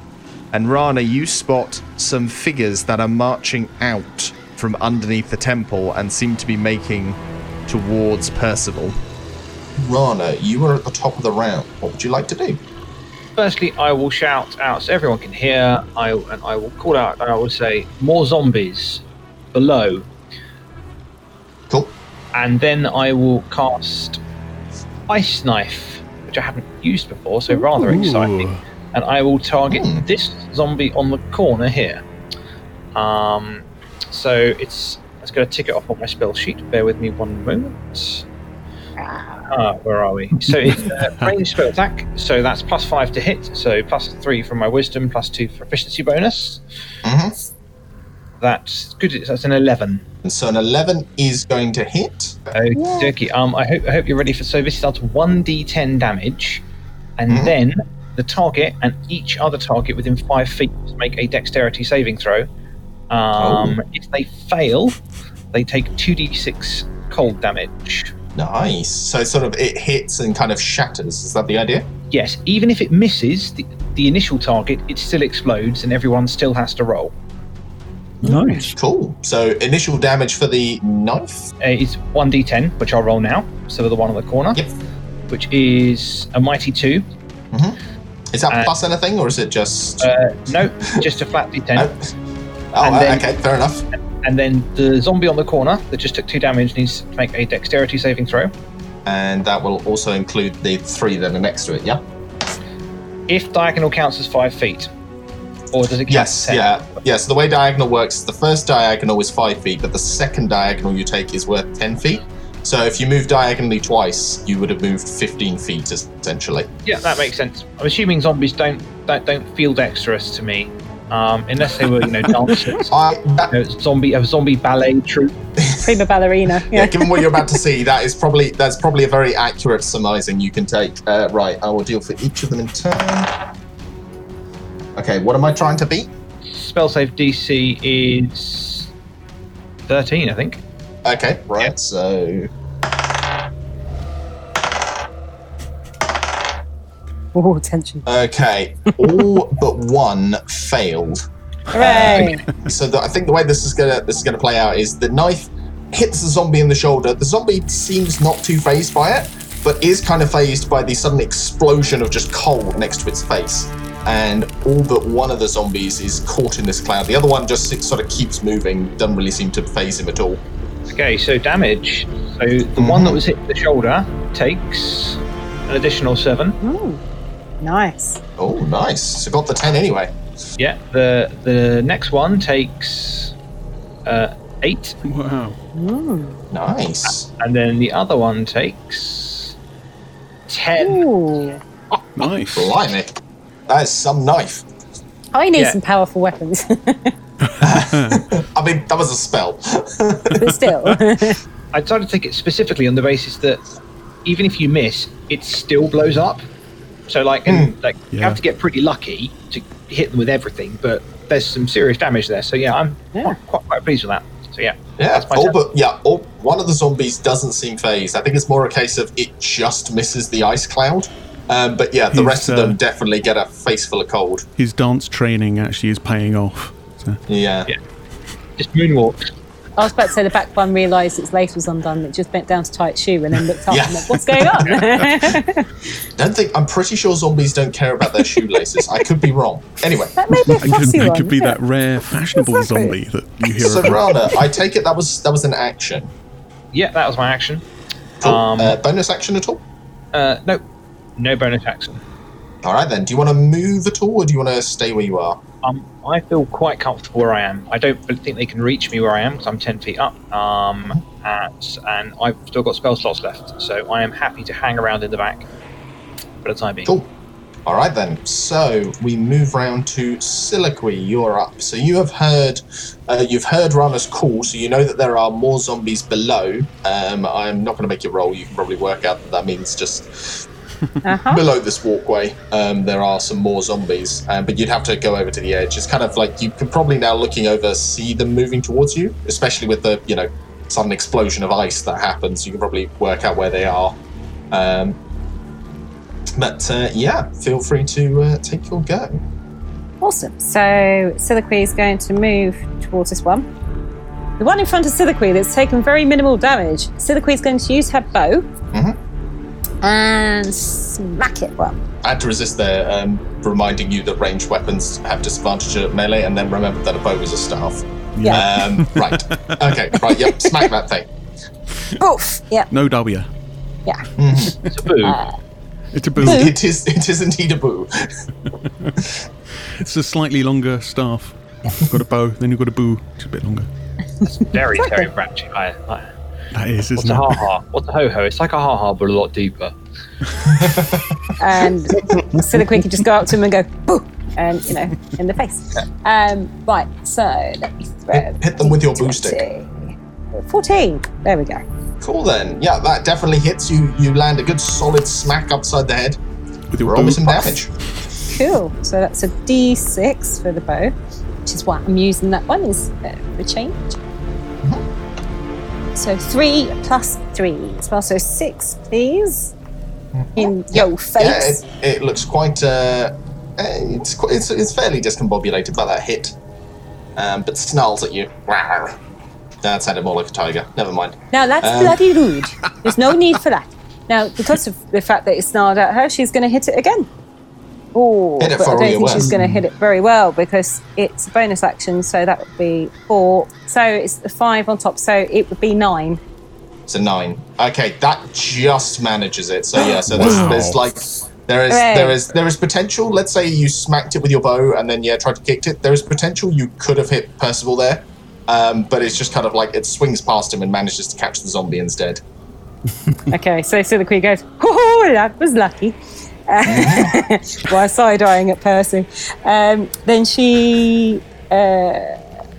Speaker 2: And Rana, you spot some figures that are marching out from underneath the temple and seem to be making towards Percival.
Speaker 11: Rana, you are at the top of the round. What would you like to do?
Speaker 5: Firstly, I will shout out so everyone can hear. I and I will call out and I will say more zombies below,
Speaker 11: Cool.
Speaker 5: and then I will cast ice knife, which I haven't used before, so rather exciting. And I will target this zombie on the corner here. Um, so it's let's go tick it off on my spell sheet. Bear with me one moment. Ah, where are we? So it's a range spell attack. So that's plus five to hit. So plus three from my wisdom, plus two for efficiency bonus. That's good. That's an eleven.
Speaker 11: And so an 11 is going to hit.
Speaker 5: Okay, Um, I hope I hope you're ready for. So this does one d10 damage, and then the target and each other target within five feet must make a dexterity saving throw. Um, If they fail, they take two d6 cold damage.
Speaker 11: Nice. So sort of it hits and kind of shatters. Is that the idea?
Speaker 5: Yes, even if it misses the, the initial target, it still explodes, and everyone still has to roll. Nice.
Speaker 2: Cool. So initial damage for the knife.
Speaker 5: Uh, It's 1d10, which I'll roll now. So the one on the corner,
Speaker 2: Yep.
Speaker 5: which is a mighty 2.
Speaker 2: Is that
Speaker 5: Uh,
Speaker 2: plus anything, or is it just?
Speaker 5: Uh,
Speaker 2: <laughs>
Speaker 5: no, just a flat d10.
Speaker 2: No. oh,
Speaker 5: and
Speaker 2: uh,
Speaker 5: then-
Speaker 2: okay. Fair enough.
Speaker 5: And then the zombie on the corner that just took 2 damage needs to make a dexterity saving throw.
Speaker 2: And that will also include the three that are next to it. Yeah.
Speaker 5: If diagonal counts as 5 feet, or does it count as
Speaker 2: Yes.
Speaker 5: 10?
Speaker 2: Yeah. Yeah. So the way diagonal works, the first diagonal is five feet, but the second diagonal you take is worth ten feet. So if you move diagonally twice, you would have moved fifteen feet essentially.
Speaker 5: Yeah, that makes sense. I'm assuming zombies don't don't, don't feel dexterous to me, um, unless they were
Speaker 2: <laughs>
Speaker 5: you know dancers,
Speaker 2: I. That,
Speaker 5: you know, zombie a zombie ballet troupe.
Speaker 4: Prima ballerina.
Speaker 2: yeah,
Speaker 4: Yeah.
Speaker 2: given what you're about to see, that is probably that's probably a very accurate surmising you can take. Uh, right, I will deal for each of them in turn. Okay, what am I trying to beat?
Speaker 5: Spell save DC is thirteen, I think.
Speaker 2: Okay, right. So
Speaker 4: <laughs> Oh, tension.
Speaker 2: okay, all but one failed.
Speaker 4: Hooray.
Speaker 2: So the, I think the way this is gonna this is gonna play out is the knife hits the zombie in the shoulder. The zombie seems not too phased by it, but is kind of phased by the sudden explosion of just coal next to its face. And all but one of the zombies is caught in this cloud. The other one just sit- sort of keeps moving. Doesn't really seem to phase him at all.
Speaker 5: Okay, so damage. So the one that was hit in the shoulder takes an additional seven.
Speaker 4: Ooh, nice.
Speaker 2: Oh, nice. So got the ten anyway.
Speaker 5: Yeah, the the next one takes uh, eight,
Speaker 3: Wow.
Speaker 2: Nice.
Speaker 5: and then the other one takes ten.
Speaker 4: Ooh.
Speaker 3: Nice.
Speaker 2: Blimey, that is some knife.
Speaker 4: I need
Speaker 5: Yeah.
Speaker 4: some powerful weapons, <laughs>
Speaker 2: I mean, that was a spell.
Speaker 4: but still.
Speaker 5: I decided to take it specifically on the basis that even if you miss, it still blows up. So like, and, like you
Speaker 3: Yeah.
Speaker 5: have to get pretty lucky to hit them with everything, but there's some serious damage there. So yeah, I'm
Speaker 4: Yeah.
Speaker 5: Quite, quite quite pleased with that. So yeah,
Speaker 2: Yeah,
Speaker 5: that's my
Speaker 2: all
Speaker 5: turn.
Speaker 2: but yeah, all, one of the zombies doesn't seem phased. I think it's more a case of it just misses the ice cloud. Um, but yeah, the
Speaker 3: He's,
Speaker 2: rest of
Speaker 3: uh,
Speaker 2: them definitely get a face full of cold.
Speaker 3: His dance training actually is paying off. So,
Speaker 2: Yeah.
Speaker 5: Yeah. just moonwalks.
Speaker 4: I was about to say the back one realised its lace was undone, it just bent down to tight shoe and then looked up
Speaker 2: Yeah.
Speaker 4: and went, what's going on?
Speaker 2: Don't think I'm pretty sure zombies don't care about their shoelaces. I could be wrong.
Speaker 5: <laughs>
Speaker 2: Anyway,
Speaker 4: <laughs> that may be a
Speaker 3: it, could,
Speaker 4: fussy
Speaker 3: it
Speaker 4: one.
Speaker 3: could be
Speaker 4: yeah.
Speaker 3: that rare fashionable
Speaker 4: Exactly.
Speaker 3: zombie that you hear
Speaker 2: so
Speaker 3: about.
Speaker 2: Rana, I take it that was that was an action.
Speaker 5: Yeah, that was my action.
Speaker 2: Cool.
Speaker 5: Um,
Speaker 2: uh, bonus action at all?
Speaker 5: Uh, no, no bonus action.
Speaker 2: All right then. Do you want to move at all, or do you want to stay where you are?
Speaker 5: Um, I feel quite comfortable where I am. I don't think they can reach me where I am because I'm ten feet up. Um, at, and I've still got spell slots left, so I am happy to hang around in the back for the time being.
Speaker 2: Cool. All right then. So we move round to Siliqui. You're up. So you have heard, uh, you've heard Rana's call. So you know that there are more zombies below. Um, I'm not going to make you roll. You can probably work out that that means just
Speaker 4: Uh-huh.
Speaker 2: below this walkway. Um, there are some more zombies, um, but you'd have to go over to the edge. It's kind of like you can probably now looking over see them moving towards you, especially with the you know sudden explosion of ice that happens. You can probably work out where they are. Um, but uh, yeah, feel free to uh, take your go.
Speaker 4: Awesome. So Siliqui is going to move towards this one. The one in front of Siliqui that's taken very minimal damage. Siliqui is going to use her bow
Speaker 2: Mhm.
Speaker 3: Mm-hmm.
Speaker 4: and smack it one.
Speaker 2: I had to resist there, um, reminding you that ranged weapons have disadvantage at melee, and then remember that a bow is a staff.
Speaker 4: Yeah.
Speaker 2: Um, right. Okay. Right. Yep. Smack that thing.
Speaker 4: Oof. Yeah.
Speaker 3: No W.
Speaker 5: Boo.
Speaker 3: It's a boo.
Speaker 2: <laughs> It is. It is indeed a boo.
Speaker 3: It's a slightly longer staff. You've got a bow, then you've got a boo, which is a bit longer.
Speaker 5: Very, very ratchet. I, I,
Speaker 3: That is,
Speaker 5: what's
Speaker 3: isn't
Speaker 5: a
Speaker 3: it?
Speaker 5: ha ha? What's a ho ho? It's like a ha ha, but a lot deeper.
Speaker 2: <laughs>
Speaker 4: And Siliqui can just go up to him and go boo, and you know, in the face. Um, right. So let me throw.
Speaker 2: Hit- hit them with your boo
Speaker 4: D20.
Speaker 2: stick.
Speaker 4: Fourteen. There we go.
Speaker 2: Cool then. Yeah, that definitely hits you. You land a good solid smack upside the head.
Speaker 3: With your
Speaker 2: Roll
Speaker 3: boo.
Speaker 2: me some damage.
Speaker 4: Cool. So that's a D6 for the bow, which is why I'm using that one is uh, for a change.
Speaker 2: Mm-hmm.
Speaker 4: So three plus three as well. So six, please. In your
Speaker 2: Mm-hmm. Yeah,
Speaker 4: face.
Speaker 2: it, it looks quite. Uh, eh, it's, quite it's it's fairly discombobulated by that hit. um, but snarls at you. Rawr. That sounded more like a tiger. Never mind.
Speaker 4: Now that's
Speaker 2: Um.
Speaker 4: bloody rude. There's no need for that. Now, because of the fact that it snarled at her, she's going to hit it again. Oh,
Speaker 2: Hit it
Speaker 4: but
Speaker 2: for
Speaker 4: I don't
Speaker 2: all
Speaker 4: think
Speaker 2: your worth.
Speaker 4: she's going to hit it very well because it's a bonus action, so that would be four. So it's the five on top, so it would be nine.
Speaker 2: It's a nine. Okay, that just manages it. So yeah, so there's, there's like there is
Speaker 4: Hooray.
Speaker 2: there is there is potential. Let's say you smacked it with your bow and then yeah tried to kick it. There is potential you could have hit Percival there, um, but it's just kind of like it swings past him and manages to catch the zombie instead.
Speaker 4: Okay, so so the queen goes, oh, that was lucky. <laughs> Uh, While side eyeing at Percy. Um, then she uh,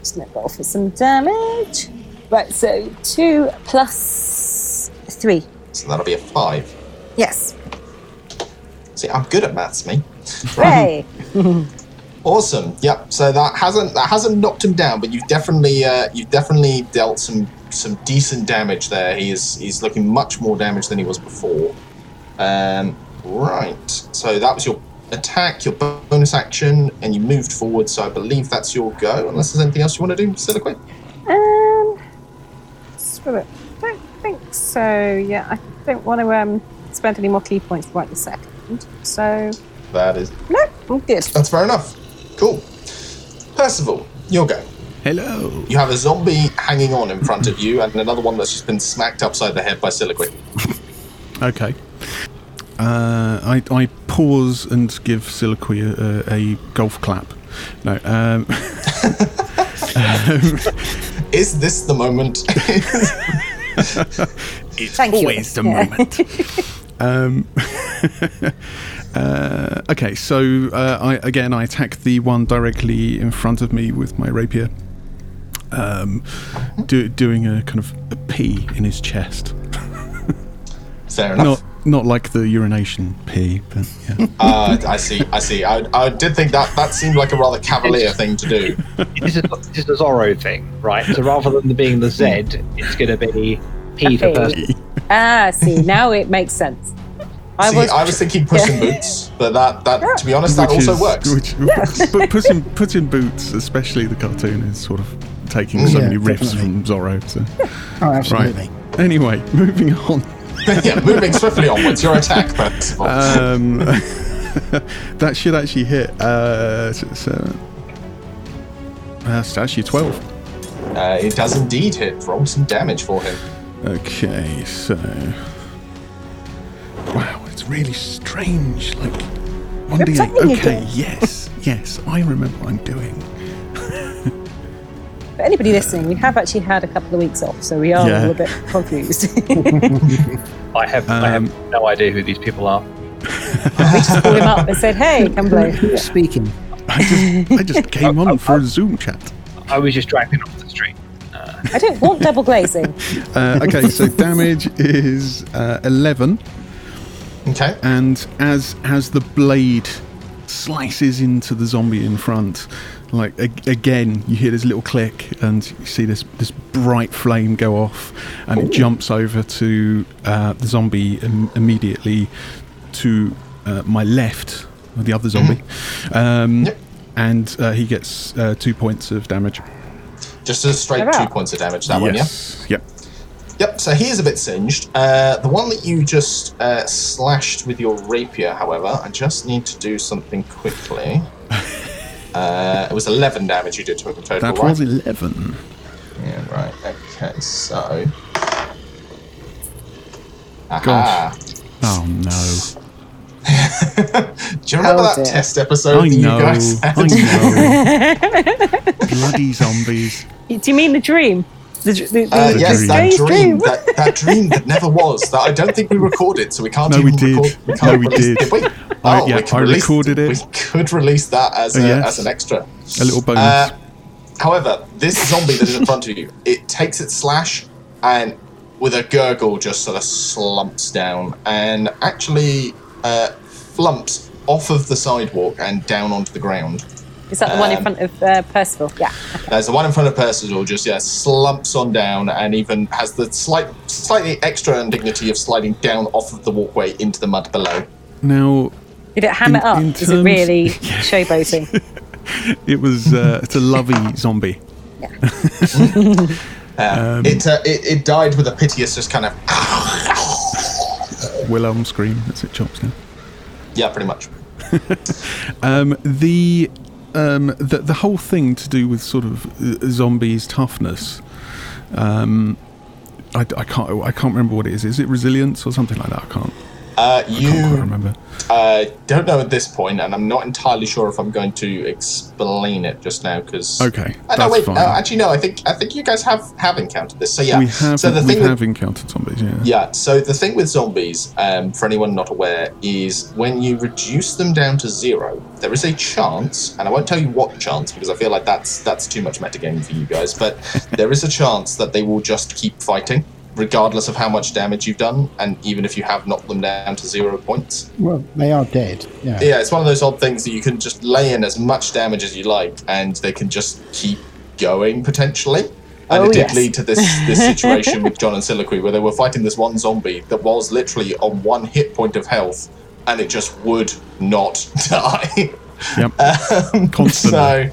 Speaker 4: just gonna roll for some damage. Right, so two plus three.
Speaker 2: So that'll be a five.
Speaker 4: Yes.
Speaker 2: See, I'm good at maths, me.
Speaker 4: Hey.
Speaker 2: Awesome. Yep. So that hasn't that hasn't knocked him down, but you've definitely uh, you've definitely dealt some some decent damage there. He is he's looking much more damage than he was before. Um, right. So that was your attack, your bonus action, and you moved forward. So I believe that's your go. Unless there's anything else you want to do, Siliqui.
Speaker 4: Um, spirit. Don't think so. Yeah, I don't want to um, spend any more key points right this second. So
Speaker 2: That is
Speaker 4: no, I'm good.
Speaker 2: that's fair enough. Cool. Percival, your go.
Speaker 3: Hello.
Speaker 2: You have a zombie hanging on in front of you, and another one that's just been smacked upside the head by Siliqui.
Speaker 3: Okay. Uh, I, I pause and give Siliqui a, a golf clap. No. Um,
Speaker 2: Is this the moment? <laughs>
Speaker 3: it's
Speaker 4: Thank you.
Speaker 3: <laughs>
Speaker 4: Yeah.
Speaker 3: moment. um, <laughs> uh, okay, so uh, I again I attack the one directly in front of me with my rapier, um, do, doing a kind of a pee in his chest.
Speaker 2: Fair enough.
Speaker 3: Not not like the urination pee, but yeah.
Speaker 2: Uh, I see. I see. I, I did think that that seemed like a rather cavalier thing to do.
Speaker 5: This is, this is a Zorro thing, right? So rather than the being the Z, it's going to be P for
Speaker 4: Okay.
Speaker 5: person.
Speaker 4: Ah, see, now it makes sense.
Speaker 2: <laughs>
Speaker 4: I
Speaker 2: see,
Speaker 4: was.
Speaker 2: I was thinking puss in boots, but that that to be honest, that also
Speaker 3: is-
Speaker 2: works.
Speaker 3: Which, <laughs> but Puss in, Puss in Boots, especially the cartoon, is sort of taking so
Speaker 8: Yeah,
Speaker 3: many riffs
Speaker 8: definitely.
Speaker 3: from Zorro. So.
Speaker 8: Oh,
Speaker 3: Right. Anyway, <laughs> moving on.
Speaker 2: <laughs> yeah, moving swiftly onwards. Your attack, Percival.
Speaker 3: Um, <laughs> that should actually hit. Uh, s- s- uh, that's actually 12.
Speaker 2: uh, it does indeed hit. Roll some damage for him.
Speaker 3: Okay, so. Wow, it's really strange. Like, 1d8.
Speaker 4: playing
Speaker 3: Okay,
Speaker 4: again.
Speaker 3: yes, yes, I remember what I'm doing.
Speaker 4: For anybody listening, we have actually had a couple of weeks off, so we are
Speaker 3: Yeah.
Speaker 4: all a bit confused. <laughs>
Speaker 5: I have, I have no idea who these people are.
Speaker 4: Called him up and said, "Hey, come play."
Speaker 8: Who's speaking?
Speaker 3: I just, I just came on for a Zoom chat.
Speaker 5: I was just dragged in off the street.
Speaker 4: I don't want double glazing.
Speaker 3: Uh, <laughs> okay, so damage is uh, 11.
Speaker 2: Okay.
Speaker 3: and as as the blade slices into the zombie in front like ag- again you hear this little click and you see this this bright flame go off and it jumps over to uh, the zombie Im- immediately to uh, my left the other zombie
Speaker 2: Mm-hmm.
Speaker 3: um,
Speaker 2: Yep.
Speaker 3: and uh, he gets uh, two points of damage
Speaker 2: Just a straight
Speaker 4: Wow.
Speaker 2: two points of damage. That one, yeah.
Speaker 3: yes yep
Speaker 2: Yep, so he is a bit singed. Uh, the one that you just uh, slashed with your rapier, however, I just need to do something
Speaker 3: <laughs>
Speaker 2: quickly. Uh, it was 11 damage you did to him total,
Speaker 3: that
Speaker 2: right?
Speaker 3: was 11
Speaker 2: Yeah, right. Okay, so.
Speaker 3: Gosh.
Speaker 2: Aha.
Speaker 3: oh no
Speaker 2: Do you remember
Speaker 4: Oh,
Speaker 2: that
Speaker 4: dear.
Speaker 2: test episode
Speaker 3: i
Speaker 2: that
Speaker 3: know
Speaker 2: you guys had? Uh,
Speaker 3: i know <laughs> bloody zombies
Speaker 4: Do you mean the dream? The, dr- the, the,
Speaker 2: Uh,
Speaker 3: The
Speaker 2: yes,
Speaker 3: dream.
Speaker 2: that
Speaker 4: Strange
Speaker 2: dream, that, that dream that never was. That I don't think we recorded, so we can't
Speaker 3: No, we
Speaker 2: even
Speaker 3: did.
Speaker 2: record.
Speaker 3: No,
Speaker 2: can't
Speaker 3: we
Speaker 2: release-
Speaker 3: did.
Speaker 2: we?
Speaker 3: I-
Speaker 2: Oh,
Speaker 3: yeah,
Speaker 2: we could
Speaker 3: I
Speaker 2: release-
Speaker 3: recorded it.
Speaker 2: We could release that as,
Speaker 3: Uh,
Speaker 2: a,
Speaker 3: yes.
Speaker 2: as an extra.
Speaker 3: A little bonus.
Speaker 2: Uh, however, this zombie that is in front of you, it takes its slash and with a gurgle just sort of slumps down and actually uh, flumps off of the sidewalk and down onto the ground.
Speaker 4: is that the one in
Speaker 2: um,
Speaker 4: front of uh, Percival? Yeah.
Speaker 2: There's the one in front of Percival just yeah slumps on down and even has the slight slightly extra indignity of sliding down off of the walkway into the mud below.
Speaker 3: now
Speaker 4: Did it ham
Speaker 3: In-
Speaker 4: it up?
Speaker 3: in
Speaker 4: Is it
Speaker 3: terms-
Speaker 4: really
Speaker 3: <laughs> Yeah.
Speaker 4: showboating?
Speaker 3: It was uh, it's a lovey zombie.
Speaker 12: Uh, it, uh, it it died with a piteous just kind of
Speaker 3: Wilhelm scream. That's it. Chops now.
Speaker 12: yeah, pretty much.
Speaker 3: Um, the um, the the whole thing to do with sort of uh, zombies toughness. Um, I, I can't I can't remember what it is. Is it resilience or something like that? I can't.
Speaker 12: Uh,
Speaker 3: I can't quite
Speaker 12: you
Speaker 3: remember.
Speaker 12: uh, don't know at this point, and I'm not entirely sure if I'm going to explain it just now because
Speaker 3: Okay,
Speaker 12: Uh, no,
Speaker 3: that's
Speaker 12: wait,
Speaker 3: fine.
Speaker 12: no, actually, no. I think I think you guys have have encountered this. So yeah,
Speaker 3: We have
Speaker 12: so the
Speaker 3: we
Speaker 12: thing with,
Speaker 3: have encountered zombies. Yeah.
Speaker 12: Yeah, so the thing with zombies, um, for anyone not aware, is when you reduce them down to zero, there is a chance, and I won't tell you what chance because I feel like that's that's too much metagame for you guys,
Speaker 3: <laughs>
Speaker 12: but there is a chance that they will just keep fighting, regardless of how much damage you've done, and even if you have knocked them down to zero points.
Speaker 13: Well, they are dead. Yeah.
Speaker 12: Yeah, it's one of those odd things that you can just lay in as much damage as you like, and they can just keep going potentially.
Speaker 4: Oh,
Speaker 12: And it did
Speaker 4: yes.
Speaker 12: lead to this
Speaker 4: <laughs>
Speaker 12: this situation with John and Soliloquy, where they were fighting this one zombie that was literally on one hit point of health, and it just would not <laughs> die.
Speaker 3: Yep.
Speaker 12: Um,
Speaker 3: Constantly.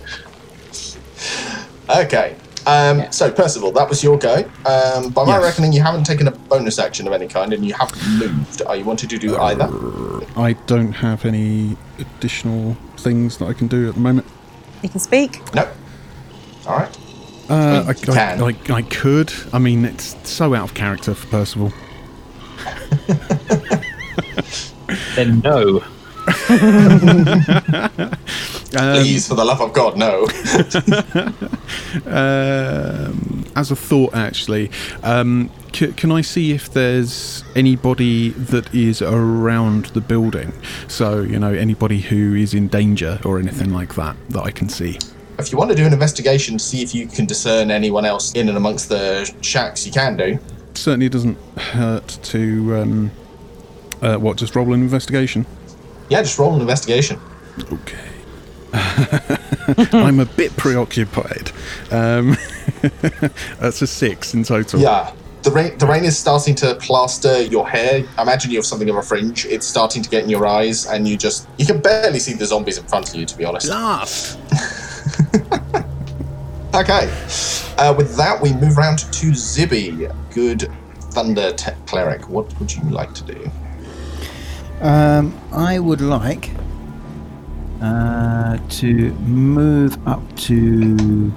Speaker 12: So, okay. Um, So, Percival, that was your go. Um, by my
Speaker 3: Yes.
Speaker 12: reckoning, you haven't taken a bonus action of any kind, and you haven't moved. Are you wanting to do
Speaker 3: Uh,
Speaker 12: either?
Speaker 3: I don't have any additional things that I can do at the moment.
Speaker 4: You can speak.
Speaker 12: No. All right.
Speaker 3: Uh, I,
Speaker 12: you can.
Speaker 3: I, I, I could. I mean, it's so out of character for Percival.
Speaker 5: Then no.
Speaker 12: Please, for the love of God, no.
Speaker 3: Um, as a thought, actually, um, c- can I see if there's anybody that is around the building? So, you know, anybody who is in danger or anything like that that I can see.
Speaker 12: if you want to do an investigation to see if you can discern anyone else in and amongst the shacks, you can do.
Speaker 3: Certainly doesn't hurt to. Um, uh, what, just roll an investigation?
Speaker 12: Yeah, just roll an investigation.
Speaker 3: Okay. <laughs> I'm a bit preoccupied. Um, <laughs> that's a six in total.
Speaker 12: Yeah. The rain, the rain is starting to plaster your hair. Imagine you have something of a fringe. It's starting to get in your eyes, and you just you can barely see the zombies in front of you. To be honest.
Speaker 3: Laugh.
Speaker 12: <laughs> Okay. Uh, with that, we move round to Zibby. Good thunder tech cleric. What would you like to do?
Speaker 8: Um, I would like uh, to move up to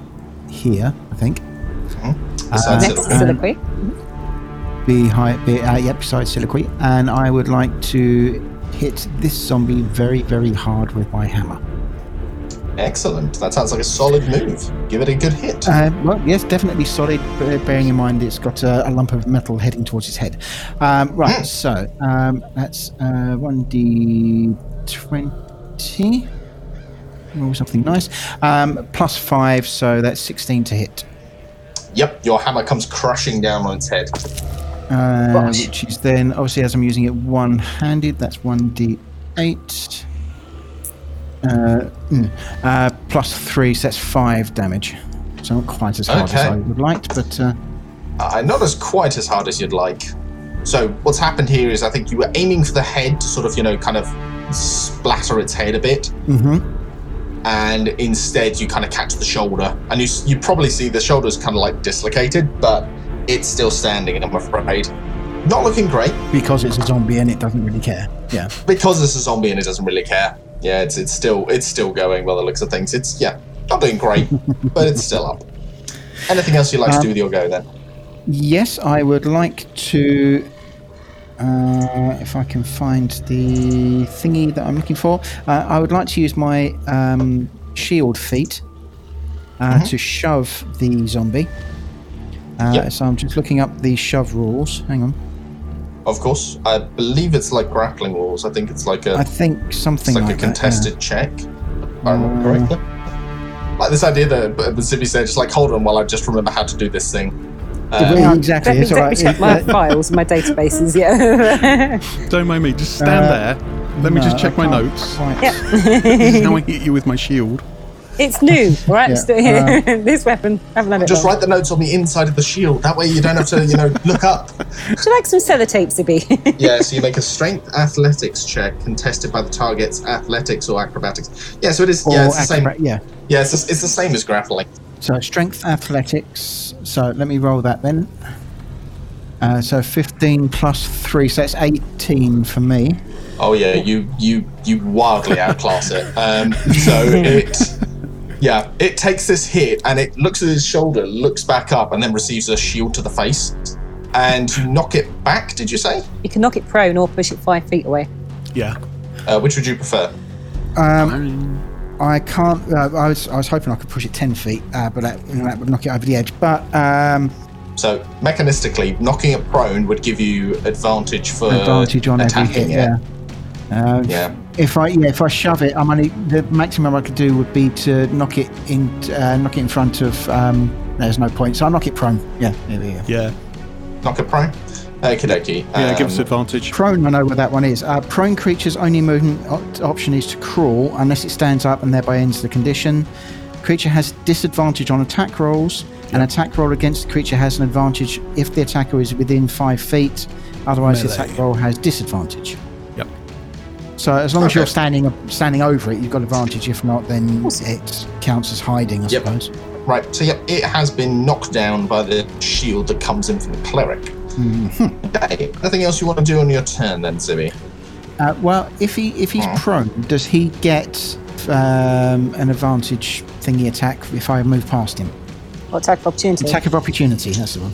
Speaker 8: here. I think Uh,
Speaker 3: Uh,
Speaker 12: Besides
Speaker 4: Next
Speaker 12: Zibby.
Speaker 4: to
Speaker 3: um,
Speaker 4: soliloquy.
Speaker 8: be high. Be, uh, yep, beside soliloquy, and I would like to hit this zombie very, very hard with my hammer.
Speaker 12: Excellent. That sounds like a solid move. Give it a good hit.
Speaker 8: Uh, well, yes, definitely solid, b- bearing in mind it's got a, a lump of metal heading towards his head. Um, right, so um, that's uh, 1d20. Roll something nice. Um, plus 5, so that's 16 to hit.
Speaker 12: Yep, your hammer comes crushing down on its head.
Speaker 8: Uh, which is then, obviously, as I'm using it one handed, that's 1d8. Uh, mm, uh, plus 3, so that's 5 damage. So not quite as hard as
Speaker 12: Okay.
Speaker 8: I would have liked, but. Uh,
Speaker 12: Uh, not as quite as hard as you'd like. So what's happened here is I think you were aiming for the head to sort of, you know, kind of splatter its head a bit. And instead you kind of catch the shoulder. And you, s- you probably see the shoulder's kind of like dislocated, but it's still standing, I'm afraid. Not looking great
Speaker 13: Because it's a zombie and it doesn't really care. Yeah.
Speaker 12: because it's a zombie and it doesn't really care. Yeah, it's it's still it's still going by the looks of things. It's yeah, not doing great, but it's still up. Anything else you'd like to do with your go then?
Speaker 8: Yes, I would like to. Uh, if I can find the thingy that I'm looking for, uh, I would like to use my um, shield feet uh,
Speaker 12: Mm-hmm.
Speaker 8: to shove the zombie. Uh,
Speaker 12: Yep.
Speaker 8: So I'm just looking up the shove rules. Hang on.
Speaker 12: Of course, I believe it's like grappling rules. I think it's like a
Speaker 8: I think something
Speaker 12: it's like, a
Speaker 8: like that, yeah.
Speaker 12: contested check. If I remember correctly. Like this idea that but the Zippy said, just like hold on while I just remember how to do this thing. uh,
Speaker 8: Yeah, exactly.
Speaker 4: Let me,
Speaker 8: It's all
Speaker 4: let me
Speaker 8: right.
Speaker 4: check
Speaker 3: <laughs>
Speaker 4: my files, my databases. Yeah. <laughs>
Speaker 3: Don't mind me. Just stand
Speaker 8: Uh,
Speaker 3: there. Let me
Speaker 8: No,
Speaker 3: just
Speaker 8: I
Speaker 3: check my
Speaker 8: can't
Speaker 3: notes.
Speaker 8: quite-
Speaker 3: This is how I hit you with my shield.
Speaker 4: It's new, right? It's still here.
Speaker 3: Uh,
Speaker 4: <laughs> this weapon, haven't had it
Speaker 12: Just
Speaker 4: long.
Speaker 12: write the notes on the inside of the shield. That way you don't have to, you know, look up.
Speaker 4: Would you like some sellotape, Zibby? <laughs>
Speaker 12: Yeah, so you make a strength athletics check contested by the target's athletics or acrobatics. Yeah, so it is.
Speaker 13: Or
Speaker 12: yeah, it's the
Speaker 13: acrobat-
Speaker 12: same.
Speaker 13: Yeah.
Speaker 12: Yeah, it's the, it's the same as grappling.
Speaker 8: So strength athletics. So let me roll that then. Uh, so 15 plus 3, so that's 18 for me.
Speaker 12: Oh yeah, you you you wildly outclass it. Um, so it, yeah, it takes this hit and it looks at his shoulder, looks back up, and then receives a shield to the face, and you knock it back. Did you say?
Speaker 4: you can knock it prone or push it five feet away.
Speaker 3: Yeah.
Speaker 12: Uh, which would you prefer?
Speaker 8: I can't, uh, I, was, I was hoping I could push it 10 feet, uh, but that, that would knock it over the edge. But um,
Speaker 12: So mechanistically, knocking it prone would give you advantage for
Speaker 8: advantage on every hit,
Speaker 12: Uh, attacking
Speaker 8: yeah.
Speaker 12: it.
Speaker 8: Uh,
Speaker 12: Yeah.
Speaker 8: If I yeah, if I shove it, I'm only the maximum I could do would be to knock it in, uh, knock it in front of. Um, there's no point, so I will knock it prone. Yeah, there we go.
Speaker 3: Yeah.
Speaker 12: knock it prone. Okie dokie.
Speaker 3: Yeah, give us
Speaker 12: Um,
Speaker 3: advantage.
Speaker 8: Prone, I know what that one is. Uh, prone creature's only movement op- option is to crawl, unless it stands up and thereby ends the condition. Creature has disadvantage on attack rolls. An attack roll against the creature has an advantage if the attacker is within five feet. Otherwise, the
Speaker 3: Melee.
Speaker 8: attack roll has disadvantage.
Speaker 3: Yep.
Speaker 8: So as long as
Speaker 12: Okay.
Speaker 8: you're standing standing over it, you've got advantage. If not, then it counts as hiding, I
Speaker 12: Yep.
Speaker 8: suppose.
Speaker 12: Right, so yeah, it has been knocked down by the shield that comes in from the cleric. Okay, nothing else you want to do on your turn then, Zibby?
Speaker 8: Uh, well, if he if he's prone, does he get um, an advantage thingy attack if I move past him?
Speaker 4: Or attack of opportunity.
Speaker 8: Attack of opportunity. That's the one.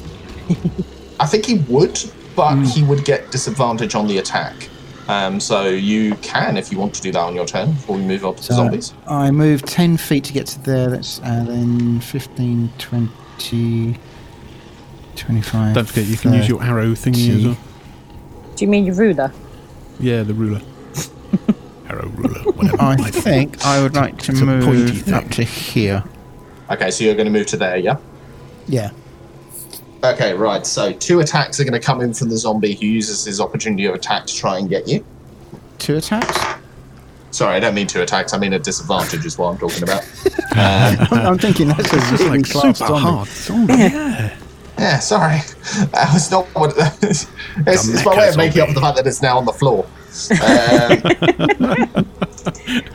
Speaker 12: I think he would, but he would get disadvantage on the attack. Um, so you can, if you want to do that on your turn, before we move on to
Speaker 8: So
Speaker 12: the zombies.
Speaker 8: I move ten feet to get to there. That's uh, then 15, 20, 25.
Speaker 3: Don't forget, you
Speaker 12: uh,
Speaker 3: can use your arrow thingy as
Speaker 8: see.
Speaker 3: well.
Speaker 4: Do you mean your ruler?
Speaker 3: Yeah, the ruler. <laughs> arrow ruler, whatever.
Speaker 8: I
Speaker 3: might be.
Speaker 8: think I would like to
Speaker 3: It's a pointy
Speaker 8: move
Speaker 3: thing.
Speaker 8: up to here.
Speaker 12: Okay, so you're going to move to there, yeah?
Speaker 8: Yeah.
Speaker 12: Okay, right, so two attacks are going to come in from the zombie who uses his opportunity of attack to try and get you.
Speaker 8: Two
Speaker 3: <laughs>
Speaker 8: attacks.
Speaker 12: Sorry, I don't mean two attacks, I mean a disadvantage is what I'm talking about.
Speaker 8: I'm thinking that's a
Speaker 3: It's
Speaker 8: really
Speaker 3: like <laughs>
Speaker 8: class
Speaker 3: super
Speaker 8: zombie.
Speaker 3: hard. zombie.
Speaker 12: Yeah, sorry. <laughs> That was not what. it's, it's my way of making up for the fact that it's now on the floor. Um, <laughs>